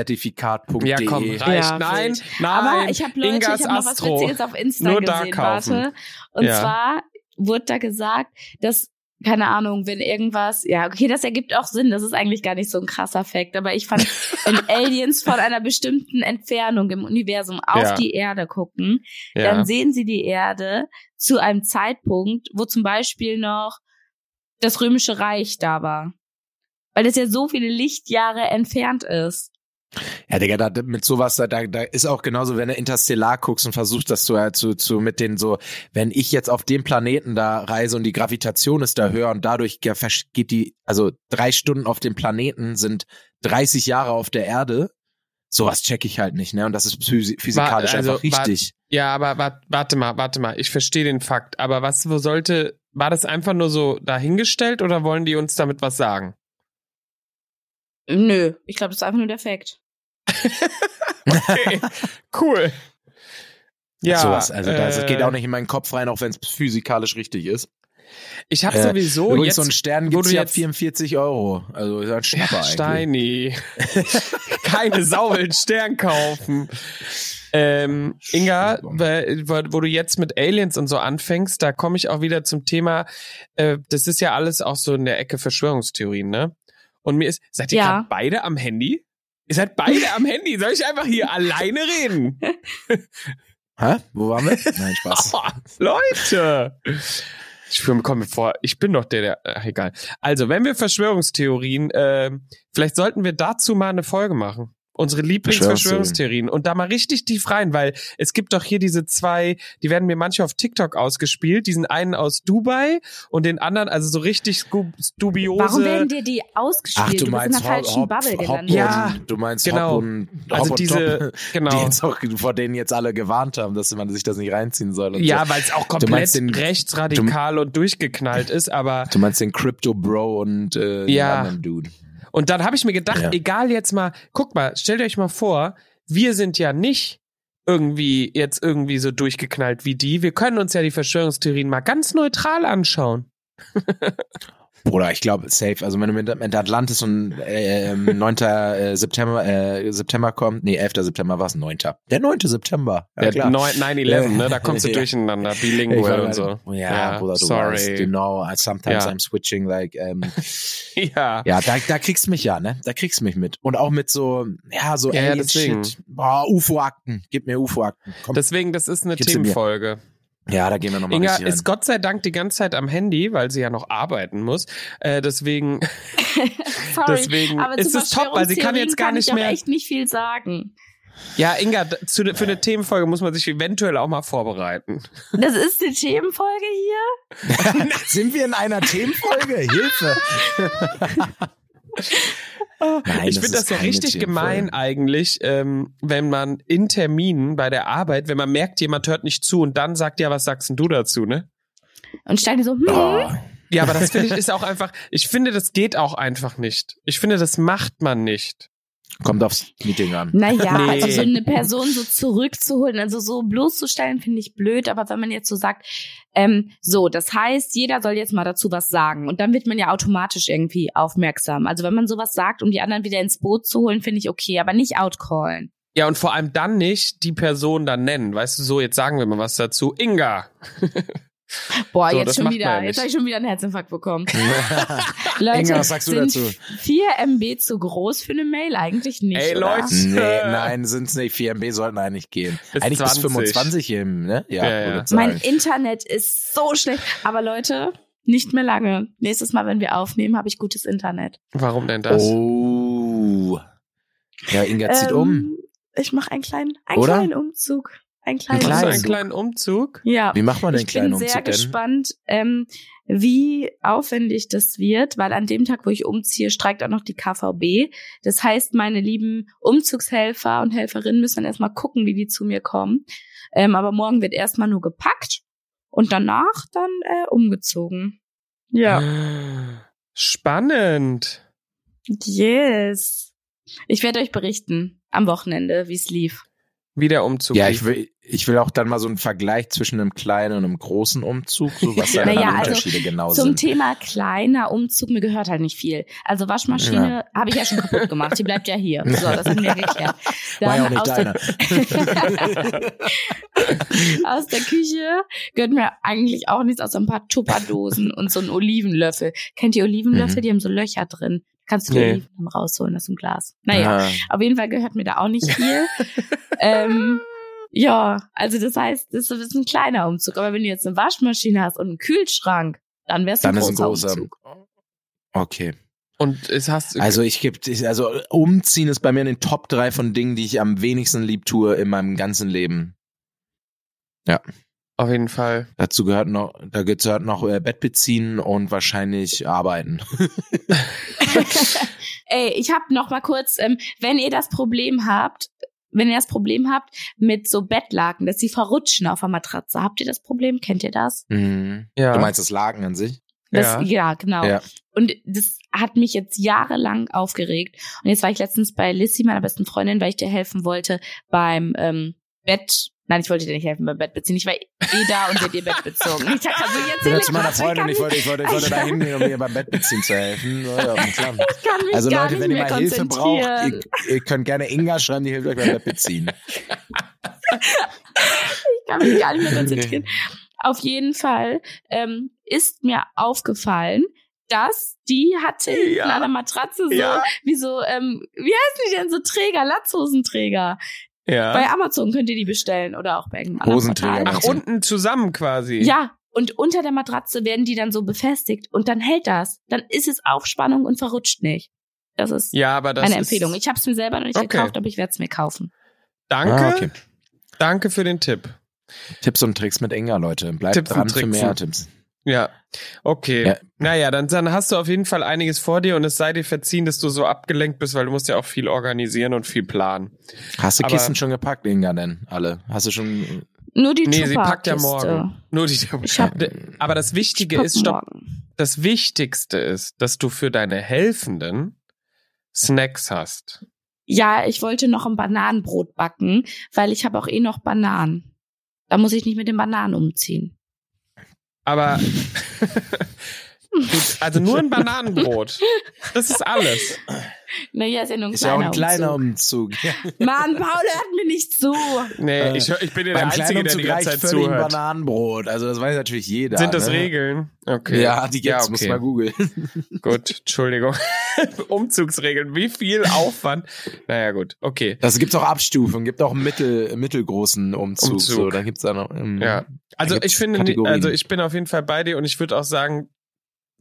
Speaker 3: sternzertifikat.de.
Speaker 1: Ja, komm, reicht.
Speaker 2: Ja,
Speaker 1: nein,
Speaker 2: wild.
Speaker 1: nein.
Speaker 2: Aber ich habe Leute,
Speaker 1: Ingas
Speaker 2: ich habe noch was
Speaker 1: Astro.
Speaker 2: Witziges auf Insta
Speaker 1: Nur da
Speaker 2: gesehen,
Speaker 1: kaufen.
Speaker 2: warte. Und
Speaker 1: Ja.
Speaker 2: zwar wurde da gesagt, dass keine Ahnung, wenn irgendwas, ja, okay, das ergibt auch Sinn, das ist eigentlich gar nicht so ein krasser Fact, aber ich fand, wenn Aliens von einer bestimmten Entfernung im Universum auf
Speaker 1: Ja.
Speaker 2: die Erde gucken,
Speaker 1: ja.
Speaker 2: dann sehen sie die Erde zu einem Zeitpunkt, wo zum Beispiel noch das Römische Reich da war. Weil das ja so viele Lichtjahre entfernt ist.
Speaker 3: Ja, Digga, da, mit sowas, da, da, da ist auch genauso, wenn du Interstellar guckst und versuchst, das zu, äh, zu, zu mit den so, wenn ich jetzt auf dem Planeten da reise und die Gravitation ist da höher und dadurch ge- versch- geht die, also drei Stunden auf dem Planeten sind 30 Jahre auf der Erde. Sowas check ich halt nicht, ne? Und das ist physi- physikalisch
Speaker 1: also,
Speaker 3: einfach
Speaker 1: war-
Speaker 3: richtig.
Speaker 1: ja, aber wart, warte mal, warte mal. Ich verstehe den Fakt. Aber was wo sollte, war das einfach nur so dahingestellt oder wollen die uns damit was sagen?
Speaker 2: Nö, ich glaube, das ist einfach nur der Fact.
Speaker 1: Okay, cool. Ja,
Speaker 3: sowas, also das, das geht
Speaker 1: äh,
Speaker 3: auch nicht in meinen Kopf rein, auch wenn es physikalisch richtig ist.
Speaker 1: Ich habe
Speaker 3: Äh,
Speaker 1: sowieso
Speaker 3: Übrigens,
Speaker 1: jetzt
Speaker 3: so einen Stern
Speaker 1: wo
Speaker 3: gibt's
Speaker 1: du
Speaker 3: ja
Speaker 1: jetzt-
Speaker 3: 44 Euro. Also ist ja ein Schnapper
Speaker 1: Ja,
Speaker 3: eigentlich.
Speaker 1: Steini. Keine Sau will einen Stern kaufen. Ähm, Inga, weil- wo, wo du jetzt mit Aliens und so anfängst, da komme ich auch wieder zum Thema, äh, das ist ja alles auch so in der Ecke Verschwörungstheorien, ne? Und mir ist, seid ihr
Speaker 2: Ja.
Speaker 1: gerade beide am Handy? Ihr seid beide am Handy. Soll ich einfach hier alleine reden?
Speaker 3: Hä? Wo waren wir? Nein, Spaß.
Speaker 1: Oh, Leute! Ich komme mir vor, ich bin doch der, der. Ach, egal. Also, wenn wir Verschwörungstheorien, äh, vielleicht sollten wir dazu mal eine Folge machen. Unsere Lieblingsverschwörungstheorien. Und da mal richtig tief rein, weil es gibt doch hier diese zwei, die werden mir manche auf TikTok ausgespielt. Diesen einen aus Dubai und den anderen, also so richtig sku- dubiose.
Speaker 2: Warum werden dir die ausgespielt?
Speaker 3: Ach, du
Speaker 2: bist in
Speaker 3: meinst
Speaker 2: der falschen
Speaker 3: Hop,
Speaker 2: Bubble
Speaker 3: Hop, Hop
Speaker 2: gelandet.
Speaker 3: und,
Speaker 1: Ja,
Speaker 3: du meinst
Speaker 1: genau.
Speaker 3: Hop und, Hop
Speaker 1: also
Speaker 3: und Top,
Speaker 1: diese,
Speaker 3: die
Speaker 1: genau.
Speaker 3: jetzt auch, vor denen jetzt alle gewarnt haben, dass man sich das nicht reinziehen soll. Und
Speaker 1: Ja,
Speaker 3: so.
Speaker 1: weil es auch
Speaker 3: Du
Speaker 1: komplett
Speaker 3: meinst den-
Speaker 1: rechtsradikal und durchgeknallt ist, aber
Speaker 3: Du meinst den Crypto Bro und
Speaker 1: Ja.
Speaker 3: äh, den anderen Dude.
Speaker 1: Und dann habe ich mir gedacht,
Speaker 3: Ja.
Speaker 1: egal jetzt mal, guck mal, stellt euch mal vor, wir sind ja nicht irgendwie jetzt irgendwie so durchgeknallt wie die. Wir können uns ja die Verschwörungstheorien mal ganz neutral anschauen.
Speaker 3: Bruder, ich glaube, safe. Also wenn du mit, mit Atlantis und äh, ähm, 9. äh, September, äh, September kommt, nee, 11. September war es, 9. Der 9. September. Ja,
Speaker 1: Der
Speaker 3: klar.
Speaker 1: 9 9-11, ne? Da kommst du
Speaker 3: Ja.
Speaker 1: durcheinander,
Speaker 3: Ich
Speaker 1: bilingual
Speaker 3: war-
Speaker 1: und so.
Speaker 3: Ja, Bruder, du
Speaker 1: sorry.
Speaker 3: weißt, you know, I- sometimes
Speaker 1: Ja.
Speaker 3: I'm switching like, ähm,
Speaker 1: Ja.
Speaker 3: ja, da, da kriegst du mich ja, ne? Da kriegst du mich mit. Und auch mit so, ja, so
Speaker 1: Ja, ja,
Speaker 3: Alien-Shit. Boah, UFO-Akten. Gib mir UFO-Akten. Komm.
Speaker 1: Deswegen, das ist eine
Speaker 3: Gib's mir.
Speaker 1: Themenfolge.
Speaker 3: ja, da gehen wir nochmal
Speaker 1: Inga
Speaker 3: richtig rein.
Speaker 1: ist Gott sei Dank die ganze Zeit am Handy, weil sie ja noch arbeiten muss. Äh, deswegen
Speaker 2: Sorry.
Speaker 1: deswegen
Speaker 2: aber
Speaker 1: ist
Speaker 2: zu
Speaker 1: es top, weil sie kann jetzt
Speaker 2: Verschwörungstheorien
Speaker 1: gar nicht
Speaker 2: ich auch
Speaker 1: mehr-
Speaker 2: echt nicht viel sagen.
Speaker 1: Ja, Inga, d- zu, für eine Themenfolge muss man sich eventuell auch mal vorbereiten.
Speaker 2: Das ist die Themenfolge hier.
Speaker 3: Sind wir in einer Themenfolge? Hilfe! Nein,
Speaker 1: ich finde
Speaker 3: ist
Speaker 1: das ja
Speaker 3: keine
Speaker 1: richtig
Speaker 3: Themenfolge.
Speaker 1: gemein eigentlich, ähm, wenn man in Terminen bei der Arbeit, wenn man merkt, jemand hört nicht zu und dann sagt, ja, was sagst denn du dazu, ne?
Speaker 2: Und Steini so, hm,
Speaker 3: Oh,
Speaker 1: Ja, aber das finde ich ist auch einfach, ich finde, das geht auch einfach nicht. Ich finde, das macht man nicht.
Speaker 3: kommt aufs Meeting an.
Speaker 2: Naja,
Speaker 1: Nee.
Speaker 2: also so eine Person so zurückzuholen, also so bloßzustellen, finde ich blöd. Aber wenn man jetzt so sagt, ähm, so, das heißt, jeder soll jetzt mal dazu was sagen. Und dann wird man ja automatisch irgendwie aufmerksam. Also wenn man sowas sagt, um die anderen wieder ins Boot zu holen, finde ich okay, aber nicht outcallen.
Speaker 1: Ja, und vor allem dann nicht die Person dann nennen. Weißt du, so, jetzt sagen wir mal was dazu. Inga.
Speaker 2: Boah,
Speaker 1: So, das
Speaker 2: jetzt schon
Speaker 1: macht man ja
Speaker 2: wieder,
Speaker 1: nicht.
Speaker 2: jetzt habe ich schon wieder einen Herzinfarkt bekommen. Leute,
Speaker 3: Inga, was sagst du
Speaker 2: sind
Speaker 3: dazu?
Speaker 2: 4 MB zu groß für eine Mail? Eigentlich nicht.
Speaker 1: Ey,
Speaker 2: oder?
Speaker 1: Leute.
Speaker 3: Nee, nein, sind's nicht. 4MB sollten eigentlich gehen.
Speaker 1: Bis
Speaker 3: eigentlich
Speaker 1: 20.
Speaker 3: bis 25 eben, ne?
Speaker 1: Ja, ja.
Speaker 3: würde ich
Speaker 2: Mein
Speaker 3: sagen.
Speaker 2: Internet ist so schlecht. Aber Leute, nicht mehr lange. Nächstes Mal, wenn wir aufnehmen, habe ich gutes Internet.
Speaker 1: Warum denn das?
Speaker 3: Oh. Ja, Inga zieht um.
Speaker 2: Ähm, Ich mache einen kleinen, einen
Speaker 3: Oder?
Speaker 2: kleinen Umzug. Einen kleinen
Speaker 1: Machst du einen
Speaker 2: Umzug.
Speaker 1: kleinen Umzug?
Speaker 2: Ja.
Speaker 3: Wie macht man den
Speaker 2: Ich bin
Speaker 3: kleinen
Speaker 2: sehr
Speaker 3: Umzug denn?
Speaker 2: gespannt, ähm, wie aufwendig das wird, weil an dem Tag, wo ich umziehe, streikt auch noch die KVB. Das heißt, meine lieben Umzugshelfer und Helferinnen müssen dann erstmal gucken, wie die zu mir kommen. Ähm, aber morgen wird erstmal nur gepackt und danach dann äh, umgezogen. Ja.
Speaker 1: Spannend.
Speaker 2: Yes. Ich werde euch berichten am Wochenende, wie es lief.
Speaker 1: Wie der Umzug.
Speaker 3: Ja,
Speaker 1: lief.
Speaker 3: ich will, ich will auch dann mal so einen Vergleich zwischen einem kleinen und einem großen Umzug, so was da
Speaker 2: Naja,
Speaker 3: dann die
Speaker 2: also
Speaker 3: Unterschiede genau
Speaker 2: Zum
Speaker 3: sind.
Speaker 2: Thema kleiner Umzug, mir gehört halt nicht viel. Also Waschmaschine habe ich ja schon kaputt gemacht, die bleibt ja hier. So, das haben wir geklärt.
Speaker 3: War ja auch
Speaker 2: aus,
Speaker 3: nicht deiner.
Speaker 2: der, aus der Küche gehört mir eigentlich auch nichts, außer ein paar Tupperdosen und so einen Olivenlöffel. Kennt ihr Olivenlöffel?
Speaker 3: Mhm.
Speaker 2: Die haben so Löcher drin. Kannst du die
Speaker 1: Nee.
Speaker 2: Oliven dann rausholen aus dem Glas. Naja,
Speaker 3: Ah.
Speaker 2: auf jeden Fall gehört mir da auch nicht viel. ähm, ja, also das heißt, das ist ein kleiner Umzug. Aber wenn du jetzt eine Waschmaschine hast und einen Kühlschrank, dann wär's ein
Speaker 3: Dann ist
Speaker 2: großer
Speaker 3: ein großer.
Speaker 2: Umzug.
Speaker 3: Okay.
Speaker 1: Und es hast
Speaker 3: Also ich gebe, also umziehen ist bei mir in den Top 3 von Dingen, die ich am wenigsten lieb tue in meinem ganzen Leben.
Speaker 1: auf jeden Fall.
Speaker 3: Dazu gehört noch, da gehört noch äh, Bett beziehen und wahrscheinlich arbeiten.
Speaker 2: Ey, ich habe noch mal kurz, ähm, wenn ihr das Problem habt, wenn ihr das Problem habt mit so Bettlaken, dass sie verrutschen auf der Matratze, habt ihr das Problem? Kennt ihr das?
Speaker 3: Mhm.
Speaker 1: Ja.
Speaker 3: Du meinst das Laken an sich?
Speaker 2: das
Speaker 1: Ja.
Speaker 2: ja. genau.
Speaker 3: Ja.
Speaker 2: Und das hat mich jetzt jahrelang aufgeregt. Und jetzt war ich letztens bei Lissy, meiner besten Freundin, weil ich dir helfen wollte beim ähm, Bett. Nein, ich wollte dir nicht helfen beim Bett beziehen. Ich war eh da und wird ihr Bett bezogen. Ich dachte, also jetzt
Speaker 3: Ich bin ja
Speaker 2: erzähle
Speaker 3: zu meiner
Speaker 2: ich
Speaker 3: Freundin,
Speaker 2: kann
Speaker 3: ich wollte, ich wollte, ich wollte da hingehen, um ihr beim Bett beziehen zu helfen. Ja, klar.
Speaker 2: Ich kann mich
Speaker 3: Also
Speaker 2: gar
Speaker 3: Leute,
Speaker 2: nicht
Speaker 3: wenn ihr
Speaker 2: mehr
Speaker 3: mal Hilfe braucht,
Speaker 2: konzentrieren.
Speaker 3: ihr, ihr könnt gerne Inga schreiben, die hilft euch beim Bett beziehen.
Speaker 2: Ich kann mich gar nicht mehr konzentrieren. Auf jeden Fall ähm, ist mir aufgefallen, dass die hatte hinten
Speaker 1: Ja.
Speaker 2: an der Matratze so,
Speaker 1: Ja.
Speaker 2: wie so, ähm, wie heißen die denn so Träger, Latzhosenträger.
Speaker 1: Ja.
Speaker 2: Bei Amazon könnt ihr die bestellen oder auch bei irgendeinem anderen
Speaker 3: Hosenträger,
Speaker 2: Portal.
Speaker 3: meinst
Speaker 1: Ach, unten zusammen quasi.
Speaker 2: Ja, Und unter der Matratze werden die dann so befestigt und dann hält das. Dann ist es Aufspannung und verrutscht nicht. Das ist
Speaker 1: Ja, aber das
Speaker 2: eine
Speaker 1: ist,
Speaker 2: Empfehlung. Ich habe es mir selber noch nicht
Speaker 1: Okay.
Speaker 2: gekauft, aber ich werde es mir kaufen.
Speaker 1: Danke,
Speaker 3: Ah, okay.
Speaker 1: danke für den Tipp.
Speaker 3: Tipps und Tricks mit Inga, Leute. Bleibt
Speaker 1: Tipps und
Speaker 3: dran für
Speaker 1: Tricks.
Speaker 3: mehr Tipps.
Speaker 1: Ja, okay.
Speaker 3: Ja.
Speaker 1: Naja, dann, dann hast du auf jeden Fall einiges vor dir und es sei dir verziehen, dass du so abgelenkt bist, weil du musst ja auch viel organisieren und viel planen.
Speaker 3: Hast du
Speaker 1: Aber-
Speaker 3: Kisten schon gepackt, Inga, denn alle? Hast du schon.
Speaker 2: Nur die
Speaker 1: nee, sie packt ja
Speaker 2: Tupper-Kiste.
Speaker 1: morgen. Nur die
Speaker 2: Ich hab-
Speaker 3: äh,
Speaker 1: Aber das Wichtige
Speaker 2: Pack
Speaker 1: ist, stopp,
Speaker 2: morgen.
Speaker 1: das Wichtigste ist, dass du für deine Helfenden Snacks hast.
Speaker 2: Ja, ich wollte noch ein Bananenbrot backen, weil ich habe auch eh noch Bananen. Da muss ich nicht mit den Bananen umziehen.
Speaker 1: Aber Gut, also nur ein Bananenbrot. Das ist alles.
Speaker 2: Naja, ist ja nur ein
Speaker 3: Ist ja auch
Speaker 2: kleiner,
Speaker 3: ein kleiner
Speaker 2: Umzug.
Speaker 3: Umzug. Ja.
Speaker 2: Mann, Paul, hört mir nicht zu.
Speaker 1: Nee,
Speaker 3: Äh,
Speaker 1: ich, ich bin ja der
Speaker 3: Beim kleinen
Speaker 1: Einzige, der
Speaker 3: Umzug
Speaker 1: die ganze Zeit
Speaker 3: reicht völlig ein
Speaker 1: zuhört.
Speaker 3: Bananenbrot. Also, das weiß natürlich jeder.
Speaker 1: Sind das
Speaker 3: ne?
Speaker 1: Regeln? Okay.
Speaker 3: Ja, die gibt's.
Speaker 1: okay.
Speaker 3: Muss mal googeln.
Speaker 1: Gut, Entschuldigung. Umzugsregeln, wie viel Aufwand. Naja, gut, okay.
Speaker 3: Das gibt's auch Abstufungen. Gibt auch einen mittel, mittelgroßen Umzug.
Speaker 1: Umzug.
Speaker 3: So, dann gibt's da noch. ähm,
Speaker 1: Ja. Also
Speaker 3: gibt's
Speaker 1: ich finde,
Speaker 3: Kategorien.
Speaker 1: also ich bin auf jeden Fall bei dir und ich würde auch sagen,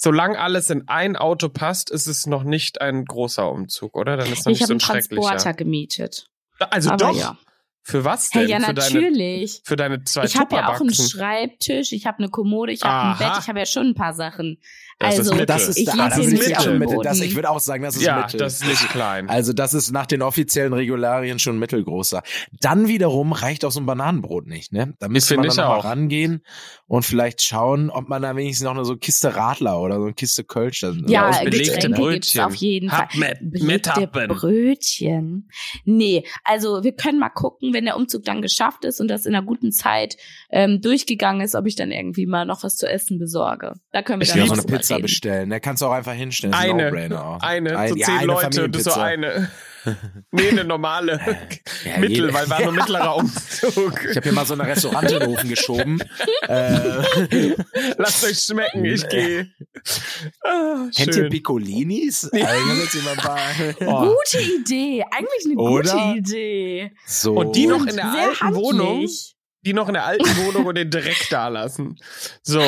Speaker 1: solange alles in ein Auto passt, ist es noch nicht ein großer Umzug, oder? Dann ist es noch
Speaker 2: Ich
Speaker 1: nicht
Speaker 2: habe
Speaker 1: so ein
Speaker 2: einen
Speaker 1: schrecklicher.
Speaker 2: Transporter gemietet.
Speaker 1: Also
Speaker 2: aber
Speaker 1: doch.
Speaker 2: ja.
Speaker 1: Für was denn?
Speaker 2: Hey, ja,
Speaker 1: für, deine,
Speaker 2: natürlich.
Speaker 1: für deine zwei
Speaker 2: Ich habe ja auch einen
Speaker 1: Tupperboxen?
Speaker 2: Schreibtisch, ich habe eine Kommode, ich habe ein
Speaker 1: Aha.
Speaker 2: Bett, ich habe ja schon ein paar Sachen.
Speaker 1: Das ist
Speaker 2: also,
Speaker 1: Mittel.
Speaker 3: Das ist
Speaker 2: ich
Speaker 3: da,
Speaker 2: liege
Speaker 3: das
Speaker 2: hier
Speaker 3: ist
Speaker 1: nicht
Speaker 2: nicht
Speaker 1: auf
Speaker 3: schon
Speaker 1: dem
Speaker 2: am
Speaker 3: Mittel.
Speaker 2: Boden.
Speaker 3: Das, ich würde auch sagen, das ist
Speaker 1: Ja,
Speaker 3: Mittel.
Speaker 1: das ist nicht klein.
Speaker 3: also das ist nach den offiziellen Regularien schon mittelgroßer. Dann wiederum reicht auch so ein Bananenbrot nicht, ne? Da müsste
Speaker 1: Finde
Speaker 3: man dann
Speaker 1: ich
Speaker 3: nochmal
Speaker 1: auch.
Speaker 3: rangehen und vielleicht schauen, ob man da wenigstens noch eine so Kiste Radler oder so eine Kiste Kölsch dann
Speaker 2: ja,
Speaker 1: Aus belegten
Speaker 2: Getränke gibt's
Speaker 1: Brötchen.
Speaker 2: auf jeden Fall.
Speaker 1: Hab mit, mit
Speaker 2: Belegte
Speaker 1: Happen.
Speaker 2: Brötchen. Nee, also wir können mal gucken, wenn der Umzug dann geschafft ist und das in einer guten Zeit ähm, durchgegangen ist, ob ich dann irgendwie mal noch was zu essen besorge. Da können wir
Speaker 1: Ich
Speaker 3: Ja,
Speaker 2: dann
Speaker 1: will
Speaker 3: so
Speaker 2: noch
Speaker 3: eine
Speaker 2: drüber
Speaker 3: Pizza
Speaker 2: reden.
Speaker 3: bestellen. Da kannst du auch einfach hinstellen. Das ist ein
Speaker 1: Eine.
Speaker 3: No-Brainer auch.
Speaker 1: Eine,
Speaker 3: Ein-
Speaker 1: so zehn
Speaker 3: ja, eine
Speaker 1: Leute und das so
Speaker 3: Familienpizza.
Speaker 1: eine. Nee, eine normale.
Speaker 3: Ja,
Speaker 1: Mittel,
Speaker 3: jede-
Speaker 1: weil war nur mittlerer Umzug.
Speaker 3: Ich habe hier mal so eine Restaurant in den Ofen geschoben. äh,
Speaker 1: Lasst euch schmecken, ich gehe. Ah,
Speaker 3: Hm, kennt ihr
Speaker 1: schön.
Speaker 3: Piccolinis? Also, jetzt immer ein paar-
Speaker 1: Oh.
Speaker 2: Gute Idee, eigentlich eine
Speaker 3: Oder?
Speaker 2: gute Idee.
Speaker 3: So.
Speaker 1: Und die noch in der
Speaker 2: Sehr
Speaker 1: alten Wohnung,
Speaker 2: handlich.
Speaker 1: die noch in der alten Wohnung und den Dreck da lassen. So,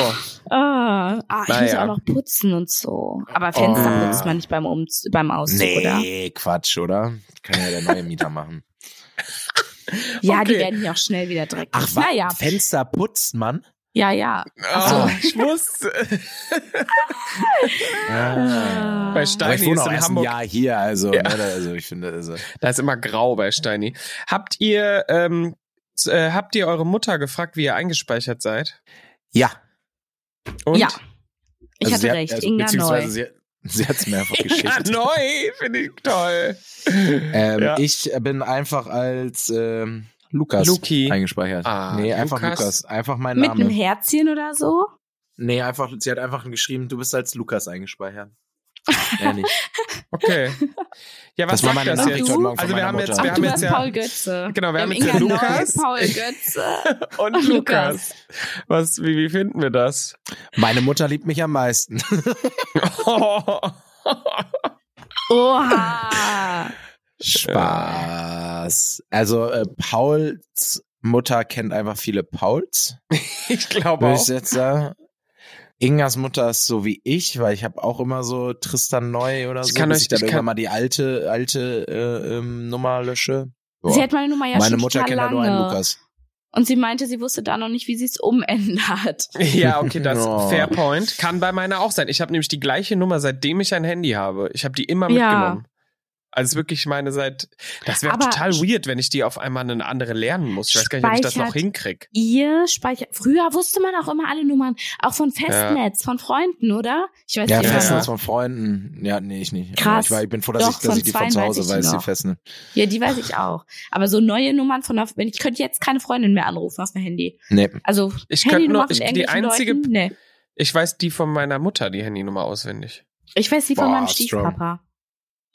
Speaker 2: Ah, ah ich muss
Speaker 1: Naja.
Speaker 2: auch noch putzen und so. Aber Fenster
Speaker 1: Oh.
Speaker 2: putzt man nicht beim, Umz beim Auszug, oder?
Speaker 3: Nee, Quatsch, oder? Kann ja der neue Mieter machen.
Speaker 2: Ja, die
Speaker 1: Okay.
Speaker 2: werden ja auch schnell wieder dreckig.
Speaker 3: Ach, was?
Speaker 2: naja,
Speaker 3: Fenster putzt man?
Speaker 2: ja, ja.
Speaker 1: oh, ich wusste.
Speaker 2: Ah.
Speaker 3: Ja.
Speaker 1: Bei
Speaker 3: Aber ich
Speaker 1: Steini
Speaker 3: wohne
Speaker 1: ist
Speaker 3: auch
Speaker 1: in
Speaker 3: erst ein
Speaker 1: Hamburg,
Speaker 3: Jahr hier, also,
Speaker 1: Ja.
Speaker 3: ne, da- also ich finde, also,
Speaker 1: da ist immer grau bei Steini. Habt ihr, ähm, s- äh, habt ihr eure Mutter gefragt, wie ihr eingespeichert seid?
Speaker 3: ja.
Speaker 1: Und?
Speaker 2: Ja. Ich
Speaker 3: also
Speaker 2: hatte
Speaker 3: sie hat-
Speaker 2: recht,
Speaker 3: also,
Speaker 2: Inga
Speaker 3: beziehungsweise
Speaker 2: Neu.
Speaker 3: Sie, sie hat es mir einfach
Speaker 1: Ja,
Speaker 3: geschickt.
Speaker 1: Ah, neu, finde ich toll.
Speaker 3: Ähm,
Speaker 1: Ja.
Speaker 3: Ich bin einfach als ähm, Lukas
Speaker 1: Luki.
Speaker 3: eingespeichert.
Speaker 1: Ah,
Speaker 3: nee, einfach
Speaker 1: Lukas.
Speaker 3: Lukas. Einfach mein
Speaker 2: Mit einem
Speaker 3: Name.
Speaker 2: Herzchen oder so?
Speaker 3: Nee, einfach, sie hat einfach geschrieben, du bist als Lukas eingespeichert. Ehrlich.
Speaker 1: Okay. Ja, was
Speaker 3: Das
Speaker 1: sagt
Speaker 3: war meine
Speaker 1: das
Speaker 3: Nachricht
Speaker 1: jetzt?
Speaker 3: heute Morgen von
Speaker 1: Also wir
Speaker 3: meiner
Speaker 1: haben
Speaker 3: Mutter.
Speaker 1: jetzt, wir
Speaker 2: Ach,
Speaker 1: haben
Speaker 2: du
Speaker 1: jetzt
Speaker 2: warst
Speaker 1: ja
Speaker 2: Paul Götze.
Speaker 1: Genau, wir haben
Speaker 2: Ähm,
Speaker 1: jetzt ja
Speaker 2: Inga Neu,
Speaker 1: Lukas.
Speaker 2: Paul Götze.
Speaker 1: und
Speaker 2: Ach,
Speaker 1: Lukas.
Speaker 2: Lukas.
Speaker 1: Was, wie, wie finden wir das?
Speaker 3: Meine Mutter liebt mich am meisten.
Speaker 2: Oha.
Speaker 3: Spaß. Also äh, Pauls Mutter kennt einfach viele Pauls,
Speaker 1: ich glaube
Speaker 3: würde ich
Speaker 1: auch.
Speaker 3: jetzt sagen. Ingas Mutter ist so wie ich, weil ich habe auch immer so Tristan Neu oder
Speaker 1: Ich
Speaker 3: so,
Speaker 1: kann
Speaker 3: bis
Speaker 1: euch-
Speaker 3: ich dann
Speaker 1: ich
Speaker 3: irgendwann
Speaker 1: kann-
Speaker 3: mal die alte alte äh, ähm, Nummer lösche. Boah.
Speaker 2: Sie hat meine Nummer ja
Speaker 3: Meine
Speaker 2: schon
Speaker 3: Mutter
Speaker 2: total
Speaker 3: kennt ja
Speaker 1: halt
Speaker 2: lange.
Speaker 3: nur einen Lukas.
Speaker 2: Und sie meinte, sie wusste da noch nicht, wie sie es umändert.
Speaker 1: Ja, okay, das
Speaker 3: Oh.
Speaker 1: fair point. Kann bei meiner auch sein. Ich habe nämlich die gleiche Nummer, seitdem ich ein Handy habe. Ich habe die immer
Speaker 2: Ja.
Speaker 1: mitgenommen. Also wirklich meine seit. Das wäre
Speaker 2: Aber-
Speaker 1: total weird, wenn ich die auf einmal eine andere lernen muss. Ich weiß gar nicht, ob ich das noch
Speaker 2: Speichert-
Speaker 1: hinkrieg.
Speaker 2: Ihr speichert. Früher wusste man auch immer alle Nummern, auch von Festnetz, von Freunden, oder? Ich weiß
Speaker 3: Ja,
Speaker 1: Festnetz.
Speaker 2: nicht. Ja.
Speaker 3: Festnetz von Freunden. Ja, nee, ich nicht. Aber
Speaker 2: Krass.
Speaker 3: Ich, war, ich bin froh, dass
Speaker 2: Doch,
Speaker 3: ich, dass
Speaker 2: von
Speaker 3: ich die von zu
Speaker 2: 92
Speaker 3: Hause weiß, die
Speaker 2: noch.
Speaker 3: Festnetz.
Speaker 2: ja, die weiß ich auch. Aber so neue Nummern von der, wenn ich könnte jetzt keine Freundin mehr anrufen auf dem Handy.
Speaker 3: Nee.
Speaker 2: Also
Speaker 1: Ich könnte
Speaker 2: Handynummer
Speaker 1: nur.
Speaker 2: von
Speaker 1: Ich, die
Speaker 2: irgendwelchen
Speaker 1: einzige.
Speaker 2: Leuten? Nee.
Speaker 1: Ich weiß die von meiner Mutter, die Handynummer auswendig.
Speaker 2: Ich weiß die von
Speaker 3: Boah,
Speaker 2: meinem
Speaker 3: strong.
Speaker 2: Stiefpapa.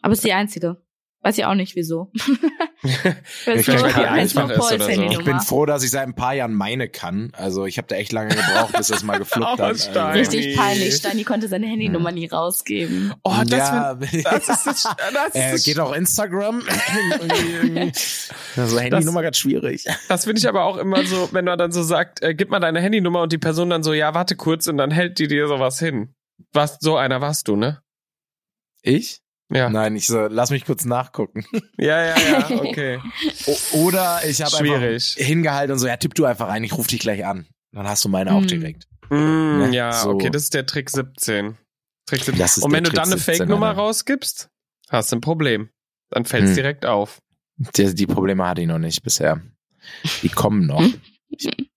Speaker 2: Aber ist die einzige. Weiß ich auch nicht wieso. Weil
Speaker 3: vielleicht
Speaker 2: so-
Speaker 3: weil die
Speaker 2: weil es so
Speaker 1: einfach ist oder so.
Speaker 2: Polzhandynummer.
Speaker 1: Ich
Speaker 3: Ich bin froh, dass ich seit ein paar Jahren meine kann. Also ich habe da echt lange gebraucht, bis das mal gefluppt
Speaker 1: Oh,
Speaker 3: hat.
Speaker 1: stark.
Speaker 3: Also,
Speaker 2: Richtig
Speaker 1: Nee.
Speaker 2: peinlich. Steini konnte seine Handynummer nie rausgeben.
Speaker 1: Oh, das,
Speaker 3: ja,
Speaker 1: war, das ist das, das,
Speaker 3: äh,
Speaker 1: ist
Speaker 3: geht auch Instagram. also
Speaker 1: Handynummer
Speaker 3: ganz schwierig.
Speaker 1: das finde ich aber auch immer so, wenn man dann so sagt, äh, gib mal deine Handynummer und die Person dann so, ja, warte kurz und dann hält die dir sowas hin. Was, so einer warst du, ne?
Speaker 3: Ich?
Speaker 1: Ja.
Speaker 3: Nein, ich so, lass mich kurz nachgucken.
Speaker 1: Ja, ja, ja, okay.
Speaker 3: O oder ich habe einfach Ne,
Speaker 1: Schwierig.
Speaker 3: hingehalten und so, ja, tipp du einfach ein, ich rufe dich gleich an. Dann hast du meine auch
Speaker 2: Hm.
Speaker 3: direkt.
Speaker 1: Mm,
Speaker 3: Ne?
Speaker 1: ja,
Speaker 3: So.
Speaker 1: okay, das ist der Trick 17. Trick 17.
Speaker 3: Das ist
Speaker 1: Und
Speaker 3: der
Speaker 1: wenn du
Speaker 3: Trick
Speaker 1: dann eine
Speaker 3: 17,
Speaker 1: Fake-Nummer
Speaker 3: Alter.
Speaker 1: rausgibst, hast du ein Problem. Dann fällt's
Speaker 3: Hm.
Speaker 1: direkt auf.
Speaker 3: Die, die Probleme hatte ich noch nicht bisher. Die kommen noch.
Speaker 2: Hm.
Speaker 3: Ich bin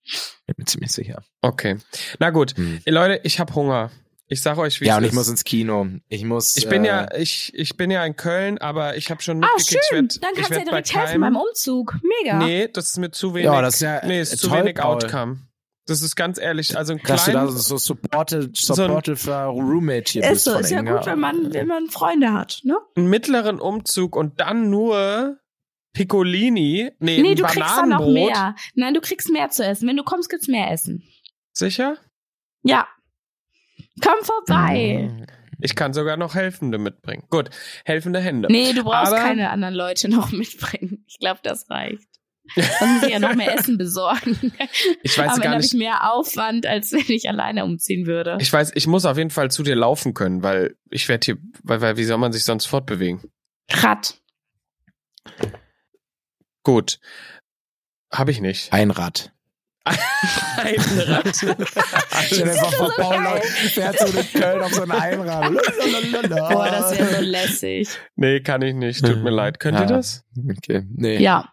Speaker 3: mir ziemlich sicher.
Speaker 1: Okay. Na gut.
Speaker 3: Hm.
Speaker 1: Ey, Leute, ich hab Hunger. Ich sag euch, wie
Speaker 3: Ja,
Speaker 1: es
Speaker 3: und ich
Speaker 1: ist.
Speaker 3: muss ins Kino. Ich muss.
Speaker 1: ich bin
Speaker 3: äh,
Speaker 1: ja, ich, ich bin ja in Köln, aber ich habe schon
Speaker 2: Ah,
Speaker 1: mitgekriegt,
Speaker 2: schön.
Speaker 1: ich werd,
Speaker 2: Dann
Speaker 1: ich
Speaker 2: kannst du ja
Speaker 1: werd bei
Speaker 2: direkt helfen
Speaker 1: keinem-
Speaker 2: beim Umzug. Mega.
Speaker 1: Nee, das ist mir zu wenig.
Speaker 3: Ja, das ist ja.
Speaker 1: nee, ist
Speaker 3: äh,
Speaker 1: zu
Speaker 3: toll,
Speaker 1: wenig
Speaker 3: Paul.
Speaker 1: Outcome. Das ist ganz ehrlich, also ein
Speaker 3: Dass du da
Speaker 1: kleinen,
Speaker 3: so supported,
Speaker 1: So ein-
Speaker 3: supported Roommate hier
Speaker 2: Ist
Speaker 3: bist.
Speaker 2: so,
Speaker 3: von
Speaker 2: ist ja
Speaker 3: Inga. Mhm.
Speaker 2: gut, wenn man, wenn man Freunde hat, ne?
Speaker 1: einen mittleren Umzug und dann nur Piccolini, nee,
Speaker 2: nee,
Speaker 1: ein
Speaker 2: du kriegst dann noch
Speaker 1: Bananenbrot.
Speaker 2: mehr. Nein, du kriegst mehr zu essen. Wenn du kommst, gibt's mehr Essen.
Speaker 1: Sicher?
Speaker 2: Ja. Komm vorbei.
Speaker 1: Ich kann sogar noch Helfende mitbringen. Gut, helfende Hände.
Speaker 2: Nee, du brauchst
Speaker 1: Aber-
Speaker 2: keine anderen Leute noch mitbringen. Ich glaube, das reicht. Dann muss ich ja noch mehr Essen besorgen.
Speaker 1: ich
Speaker 2: Am
Speaker 1: weiß
Speaker 2: Ende
Speaker 1: gar
Speaker 2: habe ich
Speaker 1: nicht.
Speaker 2: mehr Aufwand, als wenn ich alleine umziehen würde.
Speaker 1: Ich weiß, ich muss auf jeden Fall zu dir laufen können, weil ich werde hier, weil, weil wie soll man sich sonst fortbewegen?
Speaker 2: Rad.
Speaker 1: Gut. Habe ich nicht.
Speaker 3: Ein Rad.
Speaker 1: Ein Rad.
Speaker 3: Stell dir vor, Paul fährt so in Köln auf so ein Einrad.
Speaker 2: Boah, das wäre so lässig.
Speaker 1: Nee, kann ich nicht. Tut mir leid. Könnt ihr
Speaker 3: Ja.
Speaker 1: das?
Speaker 3: Okay, nee.
Speaker 2: Ja.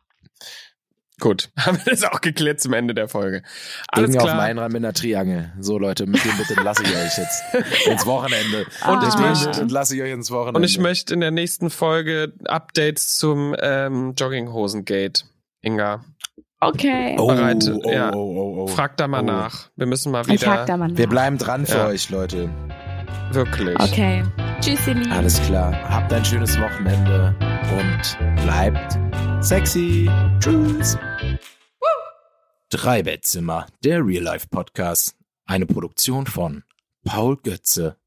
Speaker 1: Gut. Haben wir das auch geklärt zum Ende der Folge. Alles
Speaker 3: Alles Ding auf dem
Speaker 1: klar.
Speaker 3: Einrad mit einer Triangel. So, Leute, mit dem bitte lasse ich euch jetzt ins Wochenende.
Speaker 2: Und
Speaker 1: ich
Speaker 3: Mit dem
Speaker 1: möchte-
Speaker 3: bitte lasse ich euch ins Wochenende.
Speaker 1: Und ich möchte in der nächsten Folge Updates zum ähm, Jogginghosengate. Inga,
Speaker 2: Okay.
Speaker 3: Oh,
Speaker 1: bereite-
Speaker 3: oh,
Speaker 1: ja.
Speaker 3: oh, oh, oh.
Speaker 1: frag da mal
Speaker 3: Oh.
Speaker 1: nach. Wir müssen mal
Speaker 2: ich frag
Speaker 1: wieder.
Speaker 2: da mal nach.
Speaker 3: Wir bleiben dran für
Speaker 1: Ja.
Speaker 3: euch, Leute.
Speaker 1: Wirklich.
Speaker 2: Okay. Tschüss, ihr Lieben.
Speaker 3: Alles klar. Habt ein schönes Wochenende und bleibt sexy. Tschüss. Drei Bettzimmer, der Real Life Podcast. Eine Produktion von Paul Götze